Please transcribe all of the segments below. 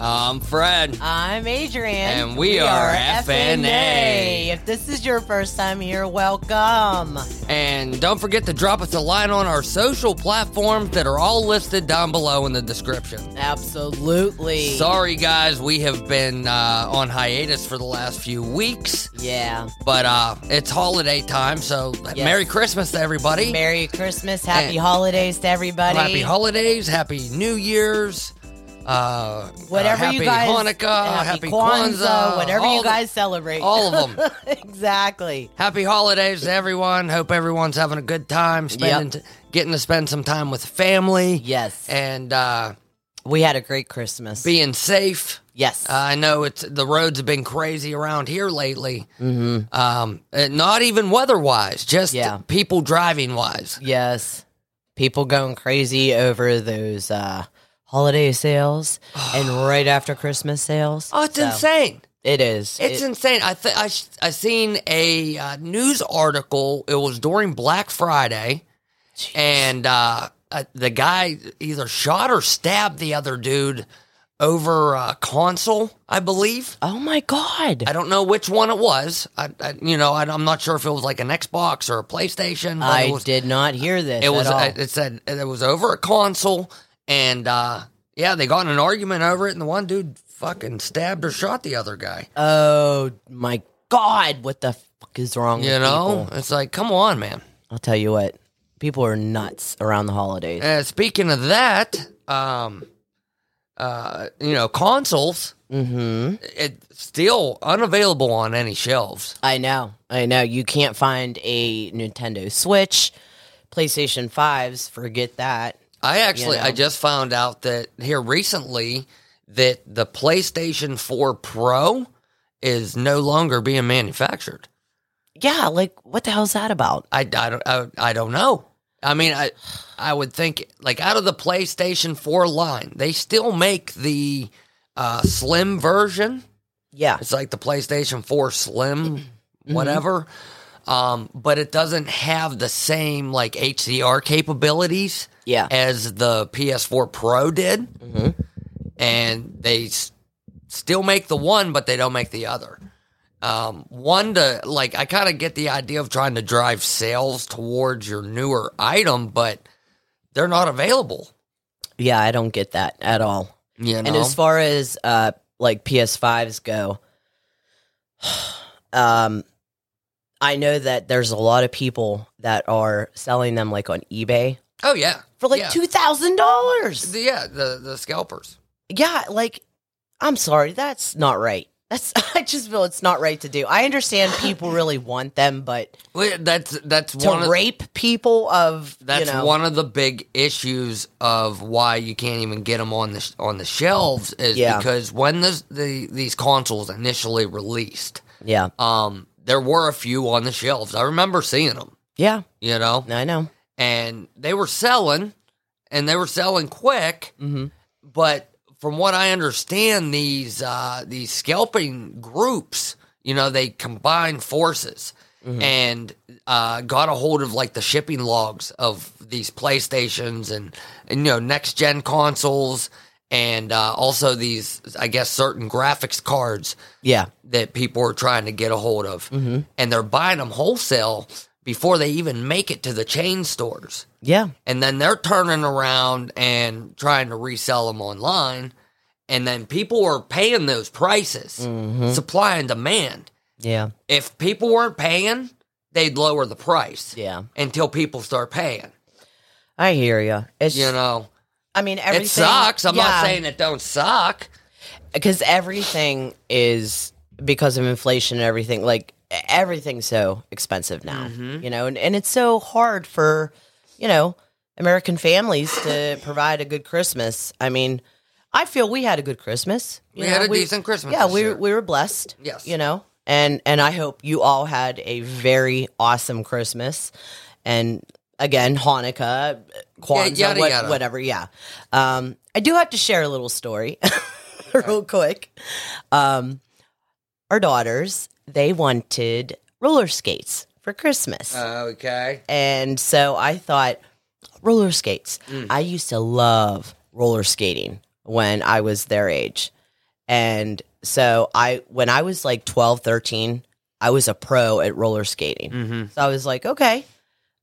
I'm Fred. I'm Adrian. And we are FNA. If this is your first time here, welcome. And don't forget to drop us a line on our social platforms that are all listed down below in the description. Absolutely. Sorry, guys, we have been uh, on hiatus for the last few weeks, Yeah. but uh, it's holiday time, so Yes. Merry Christmas to everybody. Merry Christmas. Happy And- holidays to everybody. Happy holidays, happy New Year's, uh, Whatever uh, happy you guys. Hanukkah, happy, Kwanzaa, whatever all you the- guys celebrate. all of them. exactly. Happy holidays to everyone. Hope everyone's having a good time, spending t- getting to spend some time with family. Yes. And uh, we had a great Christmas. being safe. yes. Uh, I know it's the roads have been crazy around here lately. Mm-hmm. Um, and not even weather wise, just Yeah. people driving wise. Yes. People going crazy over those uh, holiday sales and right after Christmas sales. Oh, it's So, insane! It is. It's It- insane. I th- I sh- I seen a uh, news article. It was during Black Friday, and uh, uh, the guy either shot or stabbed the other dude over a console, I believe. oh my God. I don't know which one it was. I, I you know, I, I'm not sure if it was like an Xbox or a PlayStation. But I it was, did not hear this. It was. at all. uh, It said it was over a console, and uh, yeah, they got in an argument over it, and the one dude fucking stabbed or shot the other guy. oh my God, what the fuck is wrong You with know, people? it's like, come on, man. I'll tell you what, people are nuts around the holidays. Uh, speaking of that, um, uh, you know, consoles Mm-hmm. it's still unavailable on any shelves. I know. I know. You can't find a Nintendo Switch, PlayStation 5s, forget that. I actually, know. I just found out that here recently that the PlayStation 4 Pro is no longer being manufactured. Yeah, like, what the hell's that about? I, I don't, I, I don't know. I mean, I, I would think like out of the PlayStation 4 line, they still make the uh, slim version. Yeah. It's like the PlayStation 4 Slim, whatever. Um, but it doesn't have the same like HDR capabilities Yeah. as the PS4 Pro did. Mm-hmm. And they s- still make the one, but they don't make the other. Um, one to like, I kind of get the idea of trying to drive sales towards your newer item, but they're not available. Yeah, I don't get that at all. You know, And as far as uh like PS5s go, um I know that there's a lot of people that are selling them like on eBay oh yeah, for like Yeah. $2,000. The- yeah, the the scalpers. Yeah, like I'm sorry, that's not right. That's I just feel it's not right to do. I understand people really want them, but Well, that's that's to one of- rape people of That's you know, one of the big issues of why you can't even get them on the sh- on the shelves is Yeah. because when this, the these consoles initially released, Yeah. um, there were a few on the shelves. I remember seeing them, Yeah, you know, I know. and they were selling, and they were selling quick. Mhm. But from what I understand, these uh, these scalping groups, you know, they combined forces and uh, got a hold of like the shipping logs of these PlayStations and, and you know next gen consoles, and uh, also these I guess certain graphics cards Yeah. that people are trying to get a hold of, Mm-hmm. and they're buying them wholesale before they even make it to the chain stores Yeah. and then they're turning around and trying to resell them online and then people are paying those prices Mm-hmm. supply and demand Yeah. if people weren't paying they'd lower the price Yeah. until people start paying I hear you. It's you know I mean everything it sucks i'm yeah. not saying it don't suck because everything is because of inflation and everything like everything's so expensive now Mm-hmm. you know and, and it's so hard for you know american families to provide a good christmas i mean i feel we had a good christmas You we know, had a decent christmas yeah this we, year. we were blessed Yes. you know and and i hope you all had a very awesome christmas and again hanukkah kwanzaa yada, what- yada. whatever yeah um i do have to share a little story real quick um our daughters they wanted roller skates for christmas Uh. okay and so I thought, roller Mm. skates. I used to love roller skating when I was their age. And so I when I was like 12, 13, I was a pro at roller skating. Mm-hmm. So I was like, okay,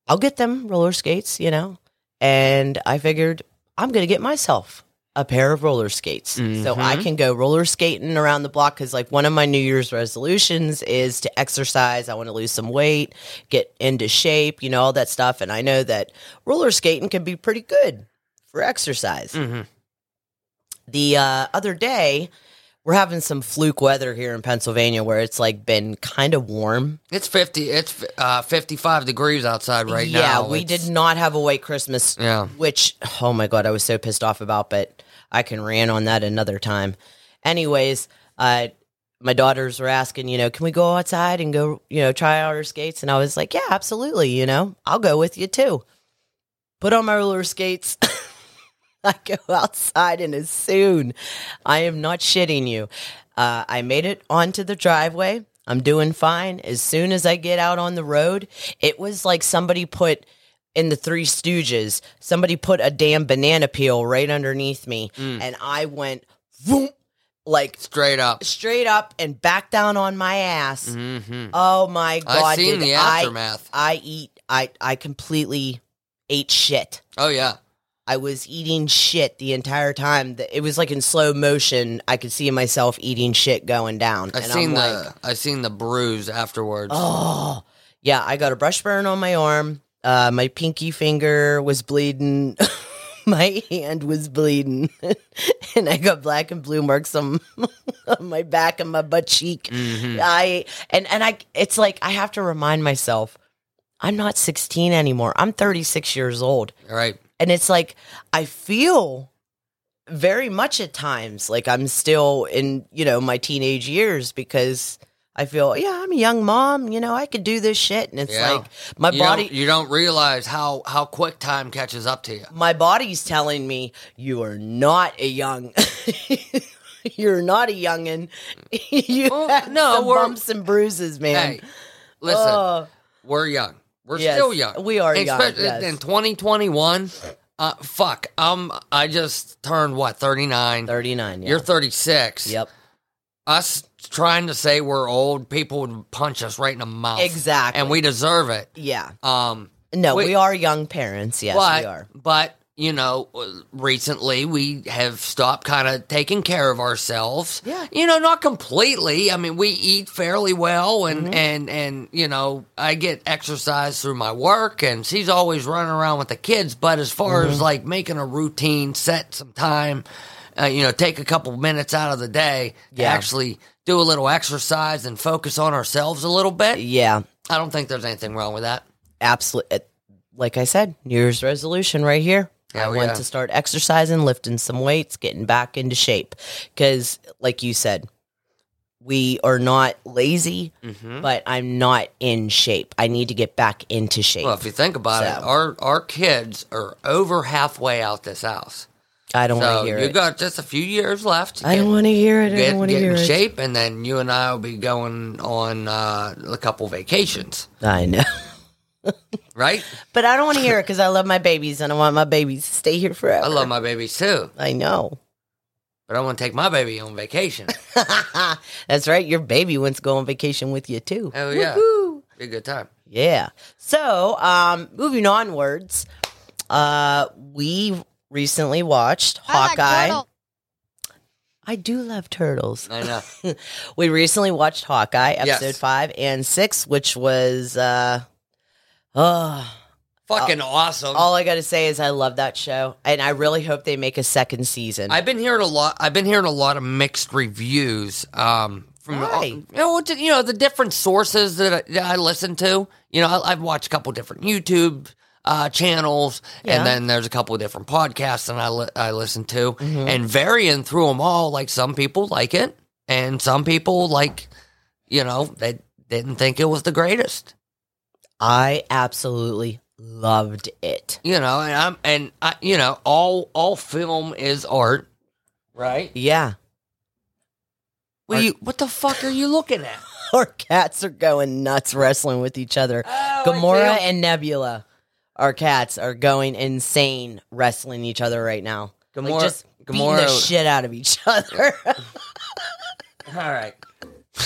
I'll get them roller skates, you know. And I figured I'm going to get myself a pair of roller skates so I Mhm. can go roller skating around the block cuz like one of my new year's resolutions is to exercise, I want to lose some weight, get into shape, you know, all that stuff and I know that roller skating can be pretty good for exercise Mm-hmm. the uh, other day we're having some fluke weather here in Pennsylvania where it's like been kind of warm. It's fifty. It's uh, fifty-five degrees outside right yeah, now. we It's- did not have a white Christmas, Yeah. which oh my god, I was so pissed off about, but I can rant on that another time. Anyways, uh, my daughters were asking, you know, can we go outside and go, you know, try out our skates? And I was like, yeah, absolutely. You know, I'll go with you too. Put on my roller skates. I go outside and as soon, I am not shitting you. Uh, I made it onto the driveway. I'm doing fine. As soon as I get out on the road, it was like somebody put in the Three Stooges, somebody put a damn banana peel right underneath me. And I went, vroom, like Straight up. straight up and back down on my ass. Mm-hmm. Oh my God. I've seen did the I- aftermath. I, eat, I, I completely ate shit. oh yeah. I was eating shit the entire time. The- It was like in slow motion. I could see myself eating shit going down. I've and seen I'm the like, I've seen the bruise afterwards. oh, yeah, I got a brush burn on my arm. Uh, my pinky finger was bleeding. my hand was bleeding. and I got black and blue marks on, on my back and my butt cheek. Mhm. I and and I it's like I have to remind myself I'm not 16 anymore. I'm 36 years old. Right. And it's like I feel very much at times like I'm still in, you know, my teenage years because I feel, yeah, I'm a young mom, you know, I could do this shit and it's Yeah. like my You body don't, you don't realize how how quick time catches up to you. my body's telling me you are not a young You're not a youngin. you Well, have no, some we're- bumps and bruises, man. Hey, listen, Oh. we're young. We're Yes, still young. we are young, Especially yes. in 2021. Uh, fuck. Um, I just turned what 39. 39. Yeah. You're 36. Yep. Us trying to say we're old, people would punch us right in the mouth. Exactly. And we deserve it. Yeah. Um, No, We- we, are young parents. Yes, but we are. but you know, recently we have stopped kind of taking care of ourselves. Yeah. You know, not completely. I mean, we eat fairly well, Mm-hmm. and and and you know, I get exercise through my work, and she's always running around with the kids. But as far Mm-hmm. as like making a routine, set some time. Uh, you know, take a couple minutes out of the day to Yeah. actually do a little exercise and focus on ourselves a little bit. Yeah, I don't think there's anything wrong with that. absolutely. Like I said, New Year's resolution right here. I Hell want yeah. to start exercising, lifting some weights, getting back into shape. Because, like you said, we are not lazy, Mm-hmm. but I'm not in shape. I need to get back into shape. Well, if you think about it, So- our our kids are over halfway out this house. I don't want So to hear you it. got just a few years left. To I don't want to hear it. get, I don't get, want to get hear in it. shape, and then you and I will be going on uh, a couple vacations, I know. right? But I don't want to hear it because I love my babies and I want my babies to stay here forever. I love my babies too, I know. but I want to take my baby on vacation. That's right. Your baby wants to go on vacation with you too. Oh, yeah. Woohoo. be a good time. Yeah. So, um, moving onwards, uh, we recently watched Hawkeye. I do love turtles. I know. We recently watched Hawkeye Yes. episode five and six, which was uh, oh, Fucking awesome. all I got to say is I love that show, and I really hope they make a second season. I've been hearing a lot. I've been hearing a lot of mixed reviews. Um, from Why? you know, it's- you know the different sources that I, that I listen to. You know, I, I've watched a couple different YouTube uh, channels, Yeah. and then there's a couple different podcasts that I li- I listen to, and varying through them all. Like some people like it, and some people like, you know, they didn't think it was the greatest. I absolutely loved it. You know, and I'm and I, you know, all all film is art, right? Yeah. Well, Art- you, what the fuck are you looking at? Our cats are going nuts wrestling with each other. Oh, I Gamora see. and Nebula, our cats, are going insane wrestling each other right now. Like Gamora- just beating the Gamora- shit out of each other. All right.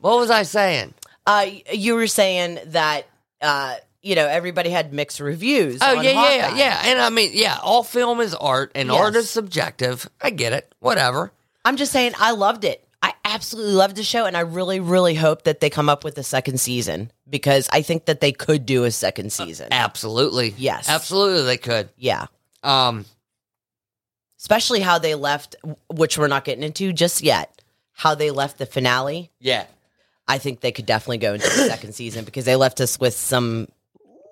what was I saying? Uh, you were saying that uh, you know everybody had mixed reviews. Oh on yeah, yeah, Hawkeye. yeah. And I mean, yeah, all film is art, and Yes. art is subjective. I get it. Whatever. I'm just saying, I loved it. I absolutely loved the show, and I really, really hope that they come up with a second season because I think that they could do a second season. Uh, Absolutely. Yes. Absolutely, they could. yeah, Um. especially how they left, which we're not getting into just yet. How they left the finale, Yeah. I think they could definitely go into the second season because they left us with some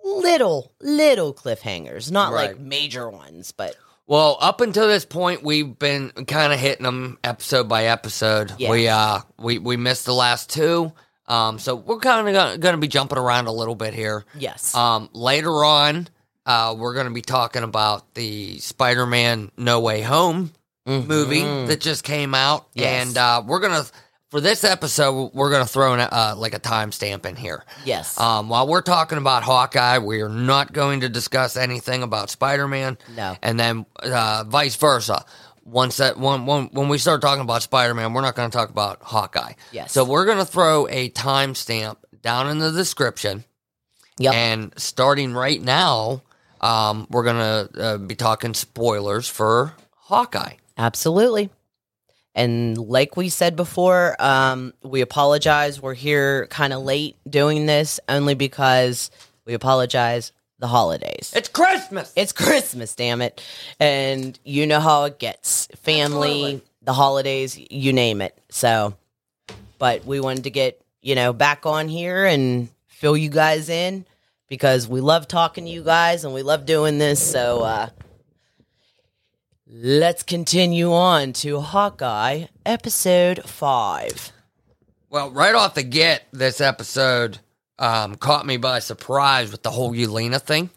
little, little cliffhangers, not like Right. major ones, but Well, up until this point, we've been kind of hitting them episode by episode. Yeah. We uh we we missed the last two. Um. So we're kind of going to be jumping around a little bit here. yes, Um, later on, uh, we're going to be talking about the Spider Man No Way Home movie that just came out. Mm-hmm. Yes. And uh, we're going to, for this episode, we're going to throw in uh, like a timestamp in here. yes, Um, while we're talking about Hawkeye, we are not going to discuss anything about Spider Man. No. And then uh, vice versa. Once that one, one, when we start talking about Spider Man, we're not going to talk about Hawkeye. Yes. So we're going to throw a timestamp down in the description. yep, And starting right now, um, we're going to uh, be talking spoilers for Hawkeye. Absolutely. And like we said before, um, we apologize. We're here kind of late doing this only because we apologize the holidays. It's Christmas. It's Christmas, damn it. And you know how it gets family, Absolutely. the holidays, you name it. So, but we wanted to get, you know, back on here and fill you guys in because we love talking to you guys and we love doing this. So, uh, let's continue on to Hawkeye episode five. well, right off the get, this episode um, caught me by surprise with the whole Yelena thing.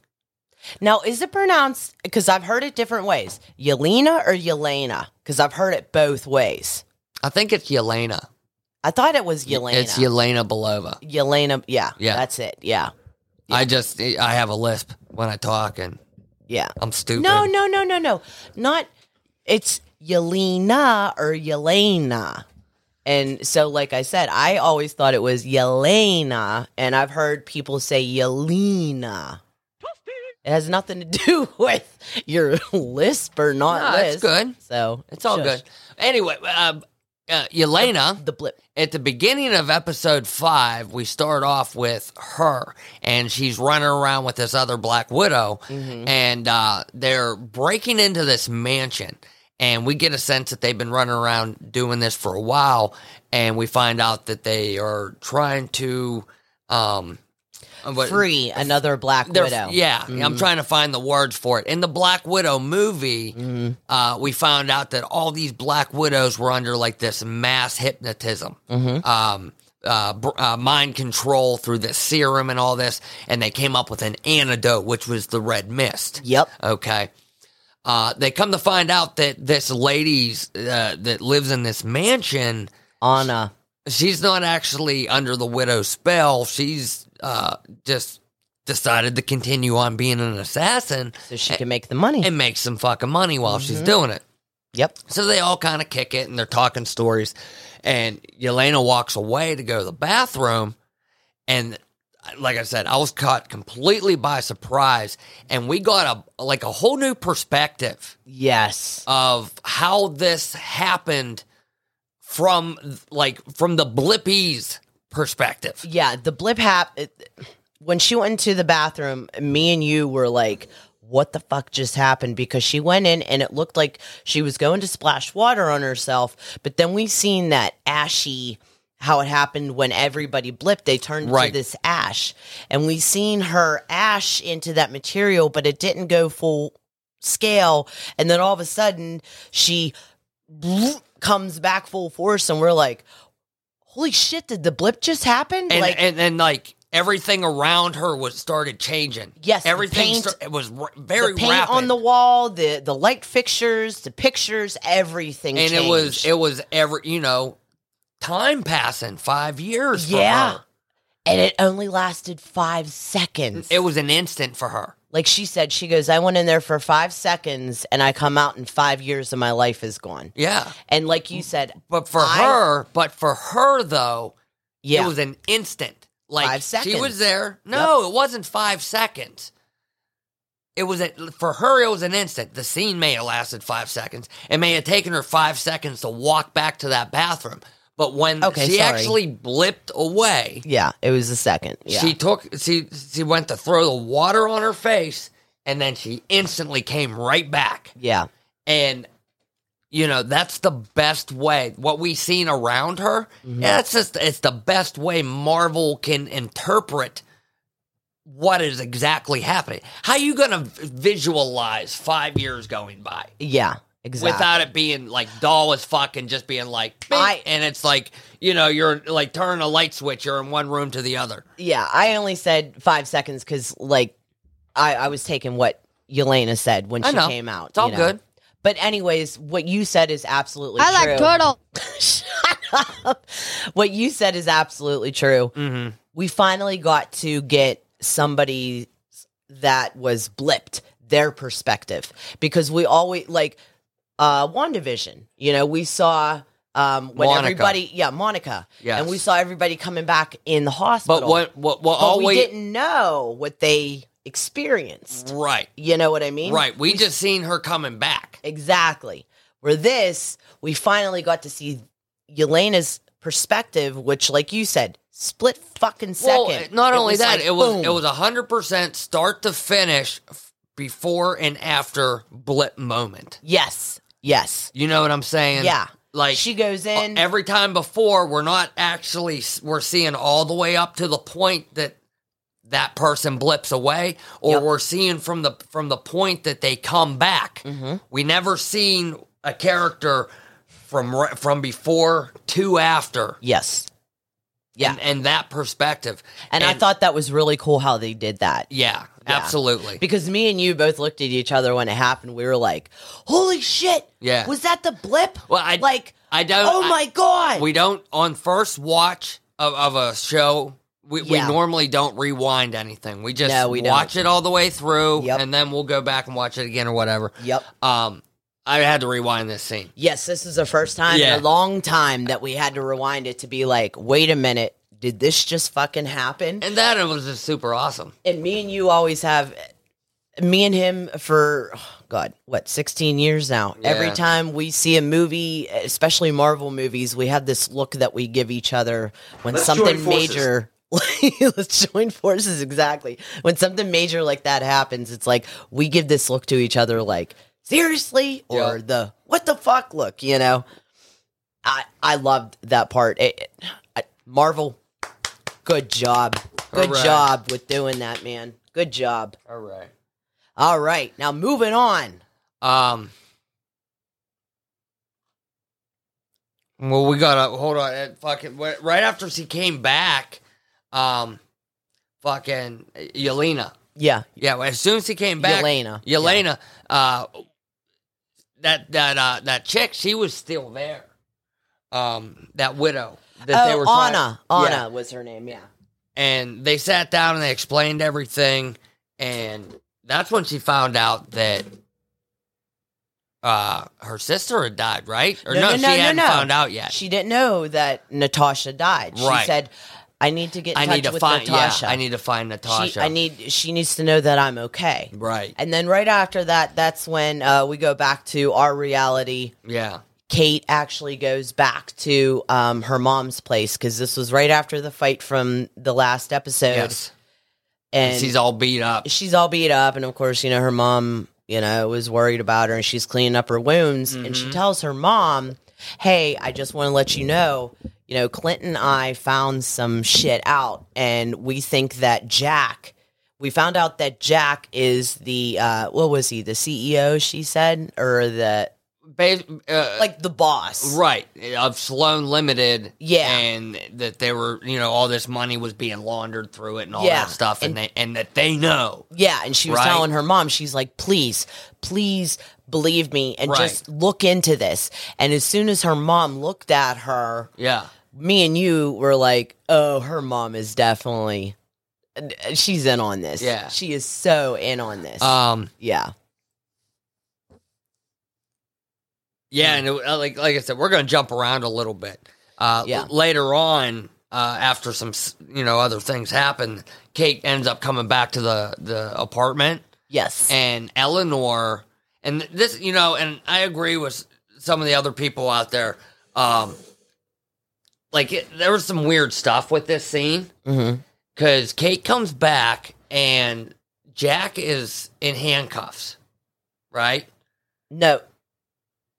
Now, is it pronounced? Because I've heard it different ways Yelena or Yelena? Because I've heard it both ways. I think it's Yelena. I thought it was Yelena. It's Yelena Belova. Yelena. Yeah, Yeah. that's it. Yeah, I just, I have a lisp when I talk and yeah. I'm stupid. No, no, no, no, no. Not. It's Yelena or Yelena. And so, like I said, I always thought it was Yelena, and I've heard people say Yelena. It has nothing to do with your lisp or not Nah, it's lisp. good. So It's all shush. good. Anyway, uh, uh, Yelena. The blip. at the beginning of episode five, we start off with her, and she's running around with this other Black Widow, and uh, they're breaking into this mansion. And we get a sense that they've been running around doing this for a while, and we find out that they are trying to um, what- Free another black they're- widow. Yeah, I'm trying to find the words for it. In the Black Widow movie, uh, we found out that all these Black Widows were under like this mass hypnotism, um, uh, br- uh, mind control through this serum and all this, and they came up with an antidote, which was the red mist. Yep. Okay. Uh, they come to find out that this lady's uh, that lives in this mansion Anna. she's not actually under the widow's spell. She's uh, just decided to continue on being an assassin So she can make the money. and make some fucking money while she's doing it. yep. So they all kind of kick it and they're talking stories. And Yelena walks away to go to the bathroom. And like I said, I was caught completely by surprise. And we got a like a whole new perspective Yes. of how this happened from like from the blippies perspective. Yeah, the blip hap. it- When she went into the bathroom, me and you were like, "What the fuck just happened?" Because she went in and it looked like she was going to splash water on herself, but then we seen that ashy. How it happened when everybody blipped, they turned Right. to this ash, and we seen her ash into that material, but it didn't go full scale. And then all of a sudden, she comes back full force, and we're like, "Holy shit! Did the blip just happen?" And like, and and like everything around her was started changing. Yes, the everything paint- sta- it was r- very the paint rapid. on the wall, the the light fixtures, the pictures, everything. and it was changed. it was ever you know time passing five years. for Yeah. her. and it only lasted five seconds. It was an instant for her. like she said, she goes, I went in there for five seconds and I come out and five years of my life is gone. Yeah. And like you said, But for I- her, but for her though, yeah, it was an instant. Like Five she seconds. was there. No, it wasn't five seconds. It was a, for her. It was an instant. The scene may have lasted five seconds. It may have taken her five seconds to walk back to that bathroom. But when Okay, she sorry. actually blipped away, yeah, it was a second. Yeah. she took she she went to throw the water on her face, and then she instantly came right back. yeah. And you know, that's the best way. What we seen around her, Mm-hmm. that's just it's the best way Marvel can interpret what is exactly happening. How you gonna v- visualize five years going by? Yeah. Exactly. Without it being like dull as fuck and just being like, "Bing," I- and it's like, you know, you're like turning a light switch, you're in one room to the other. yeah. I only said five seconds because, like, I, I was taking what Yelena said when I she know. came out. It's all you know. good. But, anyways, what you said is absolutely I true. like turtle. Shut up. What you said is absolutely true. Mm-hmm. we finally got to get somebody that was blipped their perspective because we always like uh WandaVision, you know, we saw um when Monica. everybody yeah, Monica. Yes. And we saw everybody coming back in the hospital. But what what what but we always didn't know what they experienced. right You know what I mean? right we just seen her coming back. Exactly. Where this, we finally got to see Yelena's perspective, which, like you said, split fucking second. Well, not It only was that, like, it was boom. it was hundred percent start to finish, f- before and after blip moment. yes, yes, You know what I'm saying? yeah. Like she goes in, every time before, we're not actually s- we're seeing all the way up to the point that that person blips away, or Yep. we're seeing from the from the point that they come back. Mm-hmm. We never seen a character from re- from before to after. yes, yeah. And, and that perspective. and, I thought that was really cool how they did that Yeah, absolutely. because me and you both looked at each other when it happened. We were like, "Holy shit! Yeah. was that the blip? Well, I- like, I don't. oh I- my god, We don't on first watch of, of a show. We, Yeah. we normally don't rewind anything. We just No, we don't. watch it all the way through, Yep. and then we'll go back and watch it again or whatever. yep." Um, I had to rewind this scene. Yes, this is the first time Yeah. in a long time that we had to rewind it to be like, wait a minute, did this just fucking happen? And that it was just super awesome. And me and you always have, me and him for, oh, God, what, 16 years now. Every Yeah. time we see a movie, especially Marvel movies, we have this look that we give each other when Let's join something forces. major. Let's join forces exactly. When something major like that happens, it's like we give this look to each other, like seriously, or Yeah. the what the fuck look, you know. I I loved that part. It, it- I, Marvel, good job, good Hooray. job with doing that, man. Good job. All right. All right, now moving on. Um. Well, we gotta hold on. It fucking wh- right after she came back, um, fucking uh, Yelena. Yeah, Yeah, as soon as he came back, Yelena. Yelena, uh, that that uh, that chick, she was still there. Um, that widow that they oh, were trying- Anna. Anna Yeah. was her name. Yeah. and they sat down and they explained everything, and that's when she found out that uh her sister had died, right? Or No, no, no, she no, no, hadn't no. found out yet. She didn't know that Natasha died. She Right. said, "I need to get in I touch need to with find. Natasha. Yeah, I need to find Natasha. She, I need. She needs to know that I'm okay." right. And then right after that, that's when uh, we go back to our reality. Yeah. Kate actually goes back to um, her mom's place because this was right after the fight from the last episode, Yes. and She's all beat up. she's all beat up and of course you know her mom you know was worried about her and she's cleaning up her wounds and Mm-hmm. she tells her mom hey i just want to let you know you know clinton and i found some shit out and we think that jack we found out that jack is the uh what was he the ceo she said or the Bas- uh, like the boss Right. Of Sloan Limited. Yeah. And that they were, you know, all this money was being laundered through it and all Yeah. that stuff. And, they, and that they know. Yeah, and she was Right. telling her mom, she's like, please, please believe me and Right. just look into this. And as soon as her mom looked at her, Yeah. me and you were like, oh, her mom is definitely, she's in on this. Yeah. She is so in on this. Um, yeah. yeah, and it, uh, like like I said, we're gonna jump around a little bit. Uh, Yeah. l- later on, uh, after some s- you know other things happen, Kate ends up coming back to the the apartment. Yes. and Eleanor, and this, you know, and I agree with some of the other people out there. Um, like it, there was some weird stuff with this scene Mhm. because Kate comes back and Jack is in handcuffs, right? No.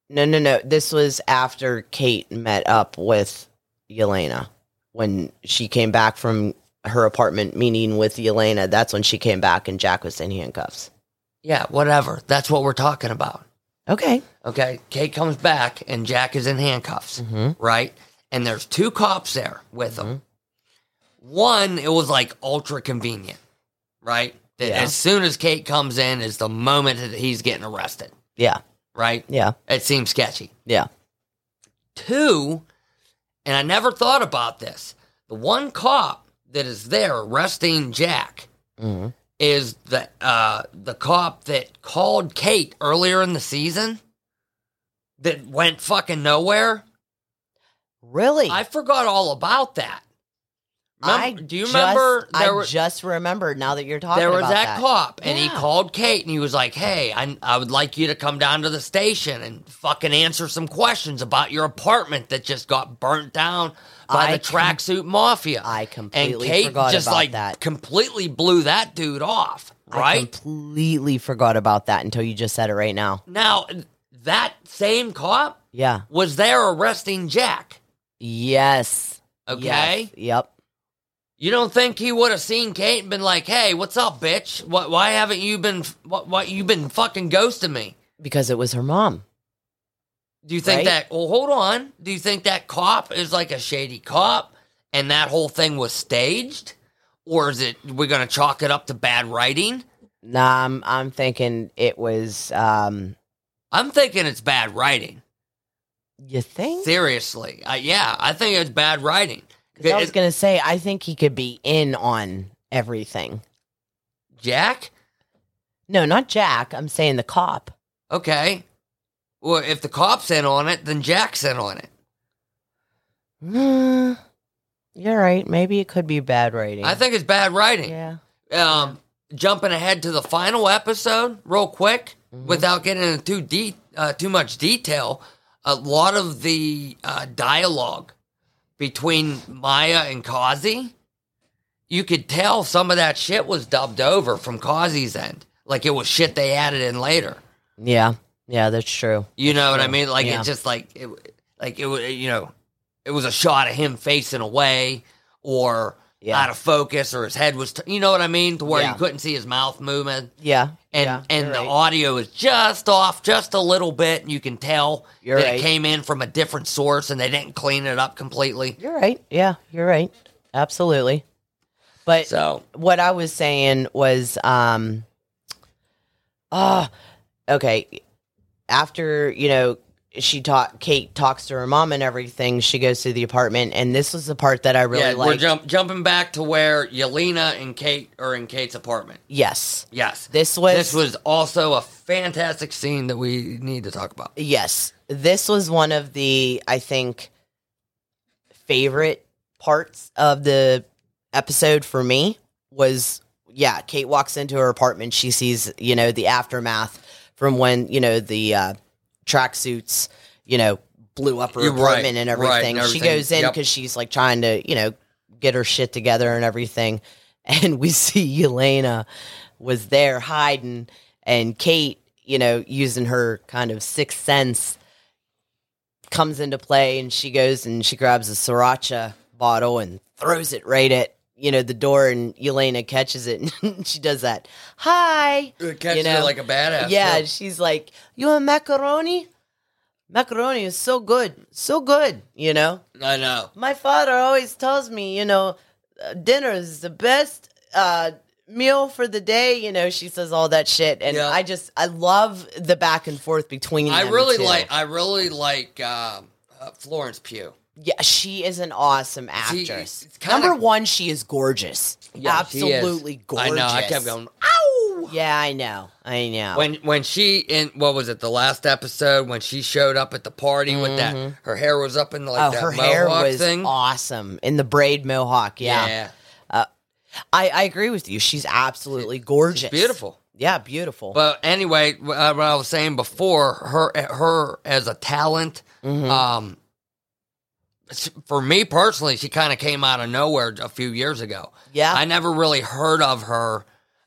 No, no, no. This was after Kate met up with Yelena when she came back from her apartment meeting with Yelena. That's when she came back and Jack was in handcuffs. Yeah, whatever. That's what we're talking about. Okay. Okay, Kate comes back and Jack is in handcuffs, Mhm. right? And there's two cops there with him. Mm-hmm. One, it was like ultra convenient, right? That Yeah. As soon as Kate comes in, is the moment that he's getting arrested, Yeah. right? Yeah. It seems sketchy. Yeah. Two, and I never thought about this. The one cop that is there arresting Jack Mhm. is the uh, the cop that called Kate earlier in the season that went fucking nowhere. Really? I forgot all about that. Remem- I do you just- remember I there was just remembered now that you're talking there was about that, that. cop and he Yeah. called Kate and he was like, "Hey, I I would like you to come down to the station and fucking answer some questions about your apartment that just got burnt down by I the com- tracksuit mafia." I and completely Kate forgot just about like that. completely blew that dude off, I right? completely forgot about that until you just said it right now. now that same cop Yeah. was there arresting Jack. Yes. Okay? Yes. Yep. You don't think he would have seen Kate and been like, "Hey, what's up, bitch? What, why haven't you been? What, what you been fucking ghosting me?" Because it was her mom. Do you think Right? that? Well, hold on. Do you think that cop is like a shady cop, and that whole thing was staged, or is it we're gonna chalk it up to bad writing? Nah, I'm I'm thinking it was um I'm thinking it's bad writing. you think? Seriously, uh, yeah, I think it's bad writing. 'Cause I was It- gonna say I think he could be in on everything. Jack, No, not Jack. I'm saying the cop. okay. Well, if the cop's in on it, then Jack's in on it. Hmm. You're right. Maybe it could be bad writing. I think it's bad writing. Yeah. um, jumping ahead to the final episode real quick Mm-hmm. Mm-hmm. without getting into too deep, uh, too much detail. A lot of the uh, dialogue between Maya and Kazi, you could tell some of that shit was dubbed over from Kazi's end. Like it was shit they added in later. Yeah. Yeah, that's true. You know what I Sure. mean? Like Yeah. it's just like it, like it was you know, it was a shot of him facing away or Yeah. out of focus or his head was t- you know what I mean to where Yeah. you couldn't see his mouth moving Yeah. and yeah, and you're the right. audio is just off just a little bit and you can tell You're that it right. came in from a different source and they didn't clean it up completely. You're right. Yeah, you're right. Absolutely. But So what I was saying was, um, ah, okay. After you know, she talk. Kate talks to her mom and everything. She goes to the apartment, and this was the part that I really yeah, we're liked. jump, jumping back to where Yelena and Kate are in Kate's apartment. yes, Yes. this was this was also a fantastic scene that we need to talk about. Yes. This was one of the, I think, favorite parts of the episode for me was yeah, Kate walks into her apartment. She sees, you know, the aftermath from when, you know, the uh, tracksuits, you know, blew up her You're apartment right, and, right, everything. and She everything. goes in Yep. because she's like trying to, you know, get her shit together and everything. And we see Elena was there hiding and Kate, you know, using her kind of sixth sense comes into play and she goes and she grabs a sriracha bottle and throws it right at, you know, the door and Elena catches it and she does that. Hi. It catches You know, her like a badass. yeah, too. she's like, You want macaroni? Macaroni is so good. So good, you know? I know. my father always tells me, you know, uh, dinner is the best uh, meal for the day. You know, she says all that shit, and Yeah. I just I love the back and forth between. I them really two. like. I really like um, uh, Florence Pugh. Yeah, she is an awesome See, actress. it's kinda- Number one, she is gorgeous. Yeah, she is. Absolutely gorgeous. I know. I kept going. Ow! Yeah, I know. I know. When when she in what was it the last episode when she showed up at the party with that her hair was up in like Mm-hmm. oh, that her mohawk hair was thing. awesome in the braid mohawk. Yeah, yeah. I, I agree with you. She's absolutely gorgeous. beautiful. Yeah, beautiful. But anyway, wh- uh, what I was saying before, her her as a talent, Mm-hmm. um, s- for me personally, she kind of came out of nowhere a few years ago. Yeah. I never really heard of her.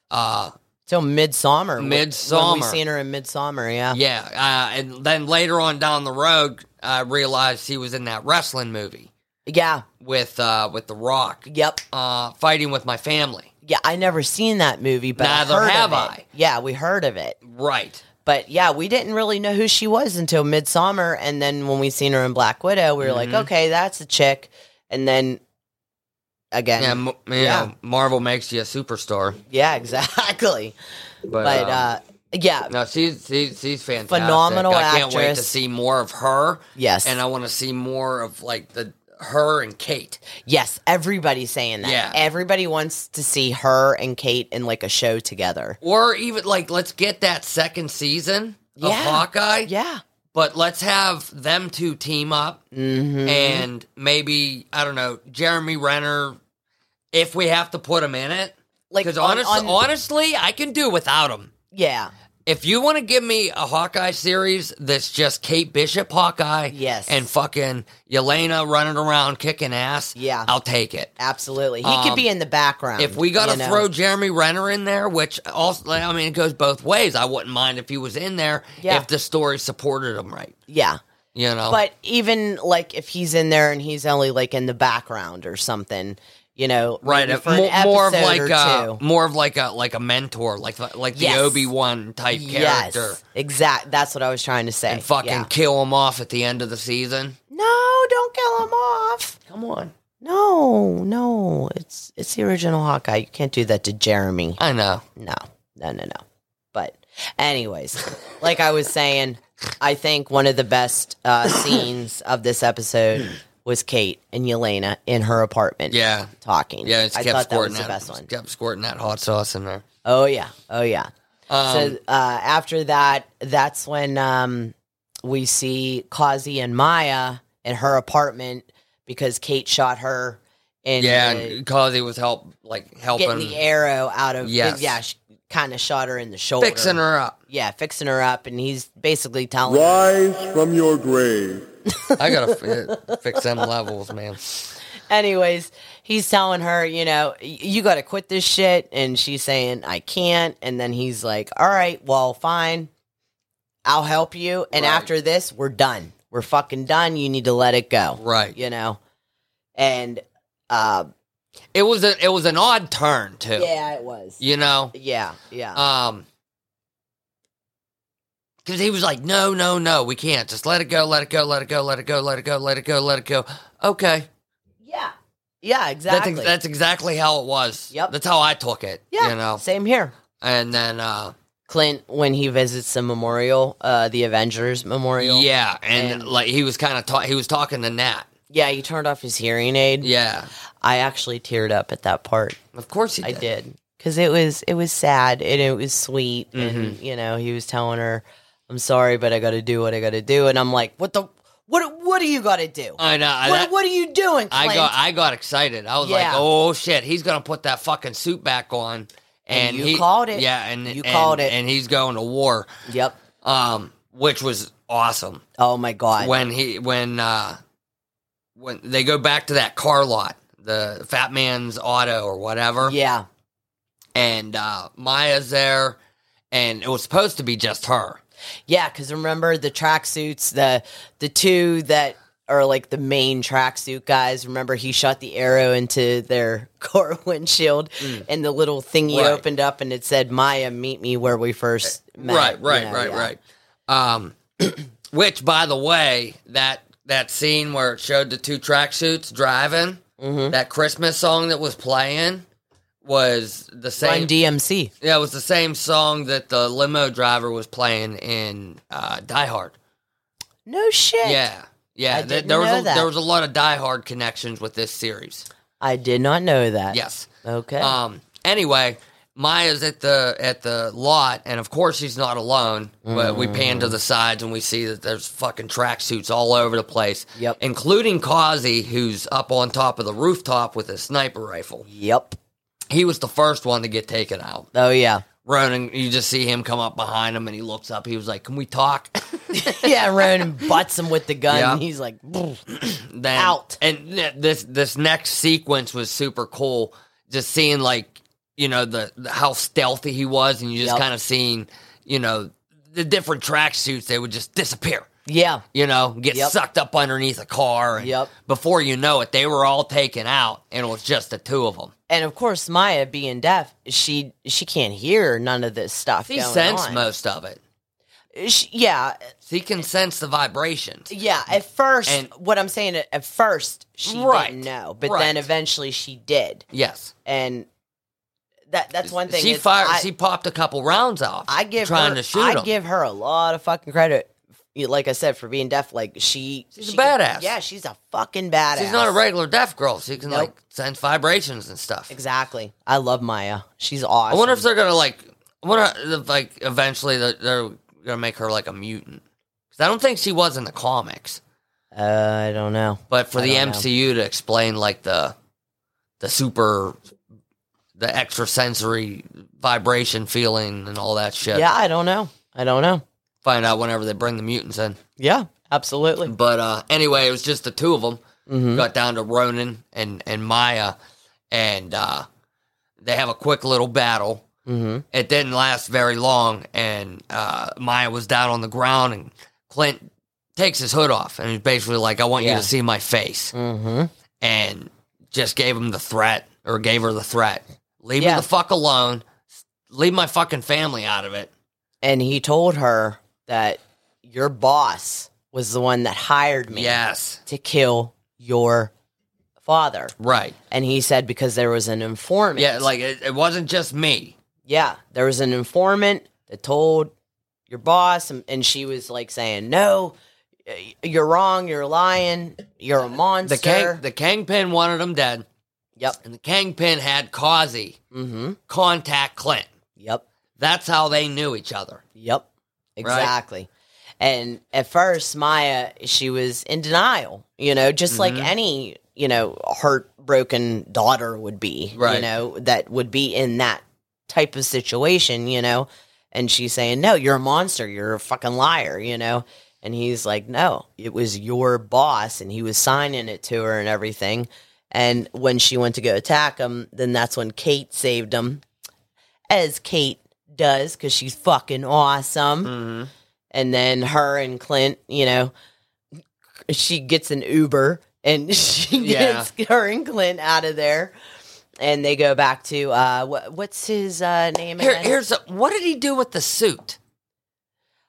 Uh, Till midsummer. wh- When we Midsommar. seen her in midsummer. Yeah. yeah, uh, and then later on down the road, I realized she was in that wrestling movie Yeah. with uh, with The Rock, Yep. uh, fighting with my family. Yeah. I never seen that movie, but I Neither heard of have it. I. Yeah, we heard of it. Right. But yeah, we didn't really know who she was until Midsummer, and then when we seen her in Black Widow, we were Mm-hmm. like, okay, that's a chick. And then again, Yeah, yeah, m- you Yeah. know, Marvel makes you a superstar, exactly. but, But um, uh, yeah, No, she's she's, she's fantastic. Phenomenal I can't wait to actress. see more of her. Yes. and uh, I want to see more of like the her and Kate. yes, everybody's saying that. Yeah. everybody wants to see her and Kate in like a show together. Or even like let's get that second season of Yeah. Hawkeye. Yeah, But let's have them two team up Mm-hmm. and maybe I don't know, Jeremy Renner if we have to put him in it. Like, Cuz on- honestly, on- honestly, I can do without him. yeah, If you want to give me a Hawkeye series that's just Kate Bishop Hawkeye, Yes. and fucking Yelena running around kicking ass, Yeah. I'll take it. absolutely. He Um, could be in the background If we got to you know? throw Jeremy Renner in there, which also, I mean, it goes both ways. I wouldn't mind if he was in there Yeah. if the story supported him right. yeah. You know, But even like if he's in there and he's only like in the background or something, you know, right? maybe If, for an more, more of episode like uh, or a two. more of like a like a mentor, like like the Yes. Obi Wan type character, Yes, exact. That's what I was trying to say. and fucking Yeah. kill him off at the end of the season. no, don't kill him off. Come on, No, no, it's it's the original Hawkeye. You can't do that to Jeremy. I know. No, no, no, no. But, anyways, like I was saying, I think one of the best uh, scenes of this episode was Kate and Yelena in her apartment. Yeah, talking. Yeah, it's I kept thought that squirting was that, the best one. Kept squirting that hot sauce in there. Oh yeah, oh yeah. Um, so uh, after that, that's when um, we see Kazi and Maya in her apartment because Kate shot her in yeah, the, and Causey was help like getting helping the arrow out of Yes. yeah, she kind of shot her in the shoulder, fixing her up. yeah, fixing her up, and he's basically telling her, Rise from your grave. I gotta fi- fix them levels, man. Anyways, he's telling her, you know, y- you got to quit this shit. And she's saying, I can't. And then he's like, all right, well, fine. I'll help you. And Right. after this, we're done. We're fucking done. You need to let it go. Right. You know? And uh, It was a it was an odd turn too. yeah, it was. You know, Yeah, yeah. um, because he was like, no, no, no, we can't. Just let it go, let it go, let it go, let it go, let it go, let it go, let it go. Okay, yeah. Yeah, exactly. that's ex- that's exactly how it was. Yep. that's how I took it. yeah, you know, same here. and then uh, Clint, when he visits the memorial, uh, the Avengers memorial. yeah, and, And- like he was kind of ta- he was talking to Nat. Yeah, he turned off his hearing aid. Yeah, I actually teared up at that part. of course he I did. did because it was it was sad and it was sweet and Mm-hmm. you know he was telling her, "I'm sorry, but I got to do what I got to do," and I'm like, "What the what what do you got to do? I know. I- what, Uh, that- what are you doing?" Clint? I got I got excited. I was like, Yeah. "Oh shit, he's gonna put that fucking suit back on." And, And you he, called it. Yeah, and You and- called it. and he's going to war, yep. um, which was awesome. Oh my god. when he when uh when they go back to that car lot, the Fat Man's Auto or whatever, yeah. and uh, Maya's there, and it was supposed to be just her. Yeah, because remember the tracksuits, the the two that are like the main tracksuit guys. Remember he shot the arrow into their car windshield, and the little thingy Mm. Right. opened up, and it said, "Maya, meet me where we first met." right, you right, know, right, yeah. right. Um, which, by the way, that that scene where it showed the two tracksuits driving, Mm-hmm. that Christmas song that was playing was the Run same. DMC. yeah, it was the same song that the limo driver was playing in uh, Die Hard. No shit. Yeah, Yeah, I th- didn't there was know a, that. there was a lot of diehard connections with this series. I did not know that. Yes. Okay. Um. Anyway, Maya's at the at the lot, and of course she's not alone. But we pan to the sides and we see that there's fucking tracksuits all over the place. Yep. Including Causey, who's up on top of the rooftop with a sniper rifle. yep. He was the first one to get taken out. Oh yeah. Ronan, you just see him come up behind him, and he looks up. He was like, "Can we talk?" yeah, Ronan butts him with the gun. Yeah. And he's like, "Pfft." then Out. and th- this this next sequence was super cool just seeing like you know the, the how stealthy he was and you just Yep. kind of seeing you know the different tracksuits they would just disappear yeah, you know get Yep. sucked up underneath a car and Yep. before you know it they were all taken out and it was just the two of them and of course Maya being deaf, she she can't hear none of this stuff. he going sensed on. most of it She- yeah, he can sense the vibrations yeah. At first, And- what I'm saying at- at first she Right, didn't know, but right. then eventually she did, yes and that that's one thing. she is fired I- she popped a couple rounds off I give trying her, to shoot I him give her a lot of fucking credit. you- Like I said, for being deaf, like she She's a she can- badass. yeah, she's a fucking badass. She's not a regular deaf girl. She can Nope. like sense vibrations and stuff. Exactly. I love Maya. She's awesome. I wonder if they're gonna like. I wonder if like eventually they're, they're gonna make her like a mutant. 'Cause I don't think she was in the comics, Uh, I don't know. but for I the don't know. MCU to explain like the the super the extrasensory vibration feeling and all that shit. Yeah, I don't know. I don't know. Find out whenever they bring the mutants in. Yeah, absolutely. But uh anyway, it was just the two of them. Mhm. Got down to Ronan and and Maya, and uh they have a quick little battle. Mm-hmm. it didn't last very long, and uh, Maya was down on the ground, and Clint takes his hood off, and he's basically like, "I want you Yeah. to see my face," Mm-hmm. and just gave him the threat, or gave her the threat: "Leave Yeah. me the fuck alone, leave my fucking family out of it." And he told her that your boss was the one that hired me Yes, to kill your father. right, And he said because there was an informant. yeah, like it, it wasn't just me. yeah, there was an informant that told your boss, and, and she was like saying, "No, y- you're wrong. You're lying. You're a monster." The king, the kingpin wanted him dead, yep. and the kingpin had Causey Mm-hmm. contact Clint. Yep. That's how they knew each other. Yep. Exactly. And at first, Maya, she was in denial, you know, just like any, you know, heartbroken daughter would be, you Right. know, that would be in that type of situation, you know. And she's saying, No, you're a monster. You're a fucking liar, you know. And he's like, No, it was your boss. And he was signing it to her and everything. And when she went to go attack him, then that's when Kate saved him, as Kate does, because she's fucking awesome Mm-hmm. and then her and Clint, you know, she gets an Uber and she Yeah. gets her and Clint out of there, and they go back to uh, what, what's his uh, name? Here, again? here's a, what did he do with the suit?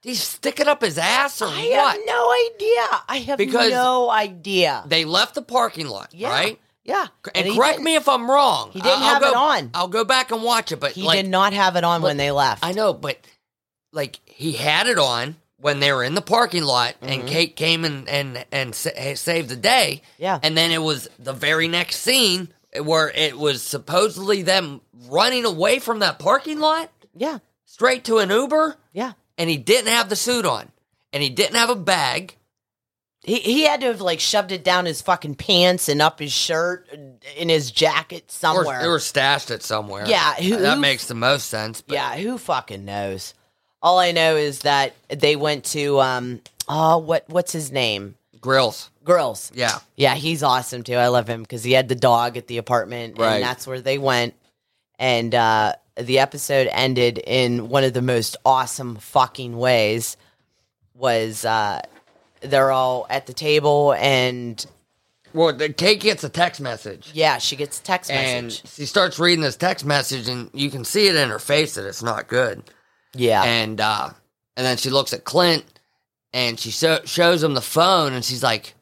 Did he stick it up his ass or I what? have no idea. I have Because- no idea. They left the parking lot, Yeah, right? yeah. And, he correct didn't- me if I'm wrong. He didn't I- I'll have go, it on. I'll go back and watch it, but He like did not have it on when they left. I know, but like he had it on when they were in the parking lot, Mm-hmm. and Kate came and and and sa- eh, saved the day. Yeah. and then it was the very next scene where it was supposedly them running away from that parking lot yeah, straight to an Uber. yeah. and he didn't have the suit on, and he didn't have a bag. He, he had to have like shoved it down his fucking pants and up his shirt and in his jacket Or, somewhere. or stashed it somewhere. Yeah, who- that who- makes the most sense. But Yeah, who fucking knows? All I know is that they went to um oh what what's his name? grills. Grills. Yeah, Yeah, he's awesome too. I love him because he had the dog at the apartment Right. and that's where they went. And uh the episode ended in one of the most awesome fucking ways was uh they're all at the table and well, the, Kate gets a text message, yeah, she gets a text and message. she starts reading this text message, and you can see it in her face that it's not good. Yeah. And uh, and then she looks at Clint, and she so- shows him the phone, and she's like,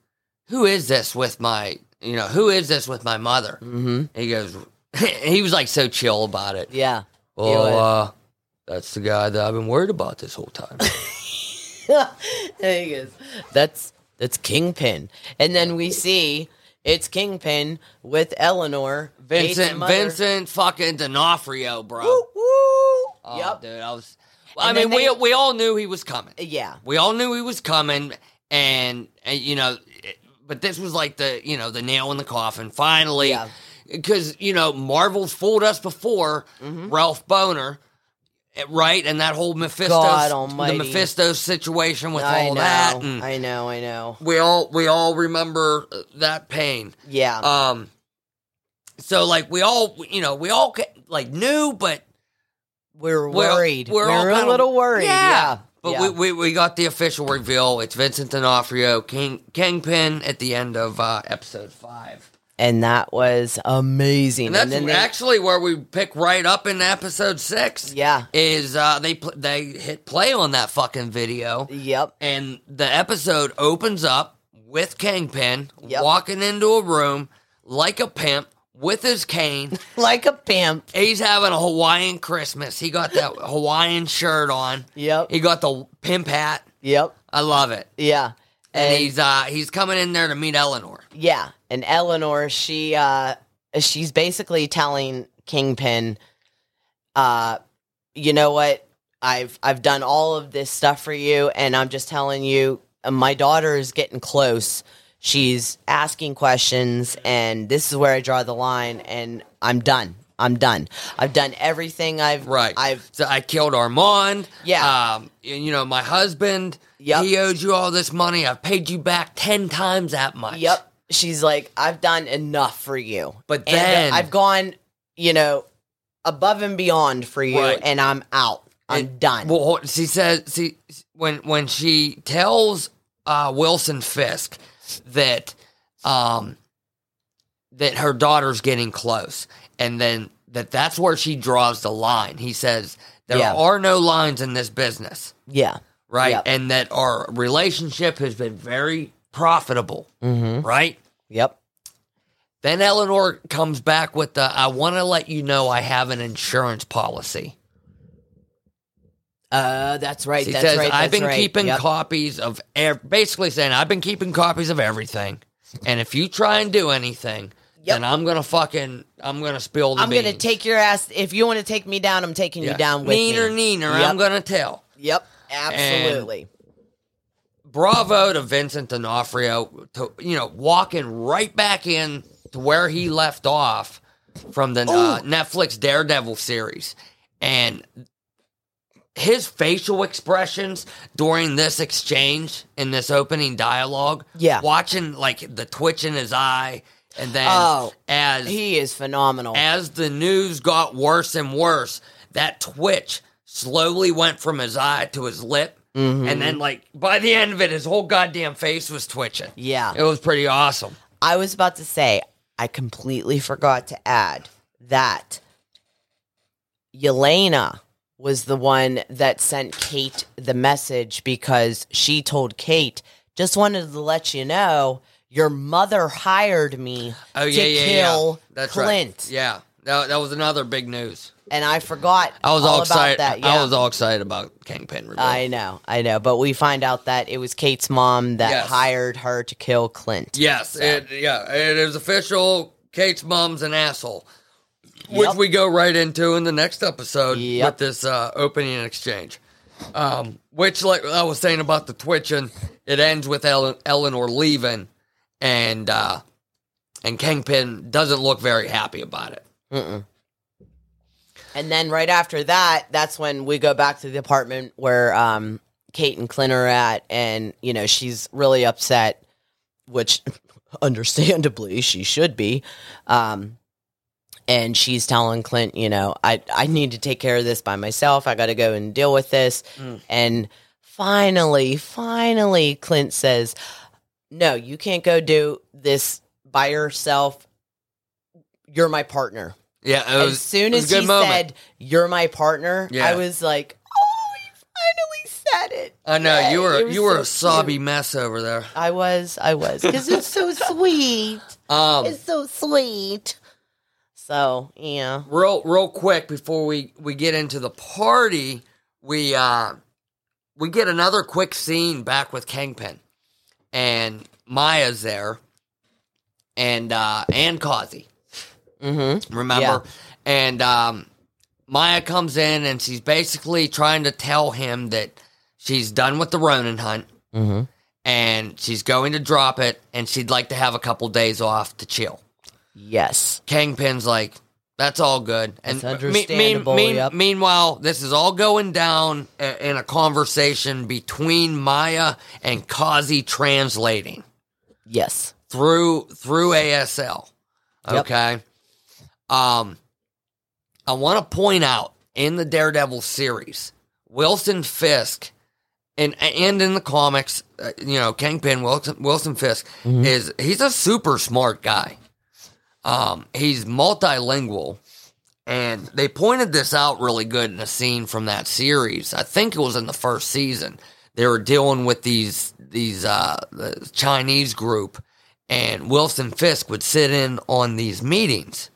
"Who is this with my?" You know, who is this with my mother? mm-hmm. He goes, he was like so chill about it. Yeah. He Well, was. uh, that's the guy that I've been worried about this whole time. there he goes. That's That's Kingpin. And then we see it's Kingpin with Eleanor. Kate's Vincent, mother. Vincent fucking D'Onofrio, bro. Woo, woo. Oh, yep. dude, I was. Well, I And then mean, we they- we all knew he was coming. Yeah. We all knew he was coming, and, and you know, it- but this was like the you know the nail in the coffin finally, Yeah. because you know Marvel's fooled us before. Mm-hmm. Ralph Boner, eh, right, and that whole Mephisto, God almighty. the Mephisto situation with I all know. that. and I know. I know. we all we all remember uh, that pain. Yeah. Um, so like we all you know we all ca- like knew, but we're we're- worried. we're We're, all a kinda- little worried. Yeah. But Yeah. We, we we got the official reveal. It's Vincent D'Onofrio, King Kingpin, at the end of uh, episode five, and that was amazing. and that's then they- actually where we pick right up in episode six. Yeah. is uh, they pl- they hit play on that fucking video, Yep. and the episode opens up with Kingpin Yep. walking into a room like a pimp with his cane. Like a pimp. He's having a Hawaiian Christmas. He got that Hawaiian shirt on. Yep. He got the pimp hat. Yep. I love it. Yeah. and, he's uh he's coming in there to meet Eleanor. Yeah, and Eleanor, she uh she's basically telling Kingpin, uh, you know what? I've I've done all of this stuff for you, and I'm just telling you, uh, my daughter is getting close. She's asking questions, and this is where I draw the line, and I'm done. I'm done. I've done everything I've Right. I've so I killed Armand. Yeah. Um and, you know, my husband, Yep. he owed you all this money. I've paid you back ten times that much. Yep. She's like, I've done enough for you. But And, uh, then- I've gone, you know, above and beyond for you, Right. and I'm out. I'm And- done. Well hold- she says she when when she tells uh Wilson Fisk that um that her daughter's getting close and then that that's where she draws the line. He says there Yeah. are no lines in this business. yeah. right? Yep. And that our relationship has been very profitable, Mm-hmm. right? Yep. Then Eleanor comes back with the I want to let you know I have an insurance policy. Uh, that's right. She that's says, right. I've that's been right. keeping Yep. copies of, ev- basically saying, I've been keeping copies of everything. And if you try and do anything, Yep. then I'm going to fucking, I'm going to spill the I'm gonna beans. take your ass. If you want to take me down, I'm taking Yeah. you down with Neener, me. neener, Yep. I'm going to tell. Yep. Absolutely. bravo to Vincent D'Onofrio to you know walking right back in to where he left off from the uh, Netflix Daredevil series, and his facial expressions during this exchange in this opening dialogue, Yeah. watching like the twitch in his eye, and then Oh, as he is phenomenal. as the news got worse and worse, that twitch slowly went from his eye to his lip. Mm-hmm. And then, like, by the end of it, his whole goddamn face was twitching. yeah. It was pretty awesome. I was about to say, I completely forgot to add that Yelena was the one that sent Kate the message because she told Kate, just wanted to let you know your mother hired me Oh, to yeah, yeah, kill yeah. That's Clint. right. Yeah. That, that was another big news. And I forgot I was all, all about excited. that. I yeah. was all excited about Kingpin. Reveal. I know, I know. But we find out that it was Kate's mom that Yes. hired her to kill Clint. Yes, it, yeah, it is official. Kate's mom's an asshole, which Yep. we go right into in the next episode with Yep. this uh, opening and exchange. Um, which, like I was saying about the twitching, it ends with Ele- Eleanor leaving, and uh, and Kingpin doesn't look very happy about it. And then right after that, that's when we go back to the apartment where um, Kate and Clint are at, and you know she's really upset, which understandably she should be. Um, and she's telling Clint, you know, I I need to take care of this by myself. I got to go and deal with this. And finally, finally, Clint says, "No, you can't go do this by yourself. You're my partner." Yeah, it was, as soon it was as a good he moment. said, "You're my partner," Yeah. I was like, "Oh, he finally said it." I know Yay." you It were was you were so a sobby cute. mess over there. I was, I was, because it's so sweet. Um, It's so sweet. So yeah, real real quick before we we get into the party we uh we get another quick scene back with kingpin and Maya's there, and uh, and Causey. Mm-hmm. Remember, Yeah. and um, Maya comes in and she's basically trying to tell him that she's done with the Ronin hunt Mm-hmm. and she's going to drop it, and she'd like to have a couple days off to chill. Yes. Kingpin's like, that's all good. And That's me- understandable, mean- yep. Meanwhile, this is all going down i- in a conversation between Maya and Kazi translating Yes. through through ASL. Yep. Okay. Um, I want to point out in the Daredevil series, Wilson Fisk, and and in the comics, uh, you know, Kingpin Wilson Wilson Fisk is he's a super smart guy. Um, he's multilingual. And they pointed this out really good in a scene from that series. I think it was in the first season. They were dealing with these these uh, the Chinese group, and Wilson Fisk would sit in on these meetings,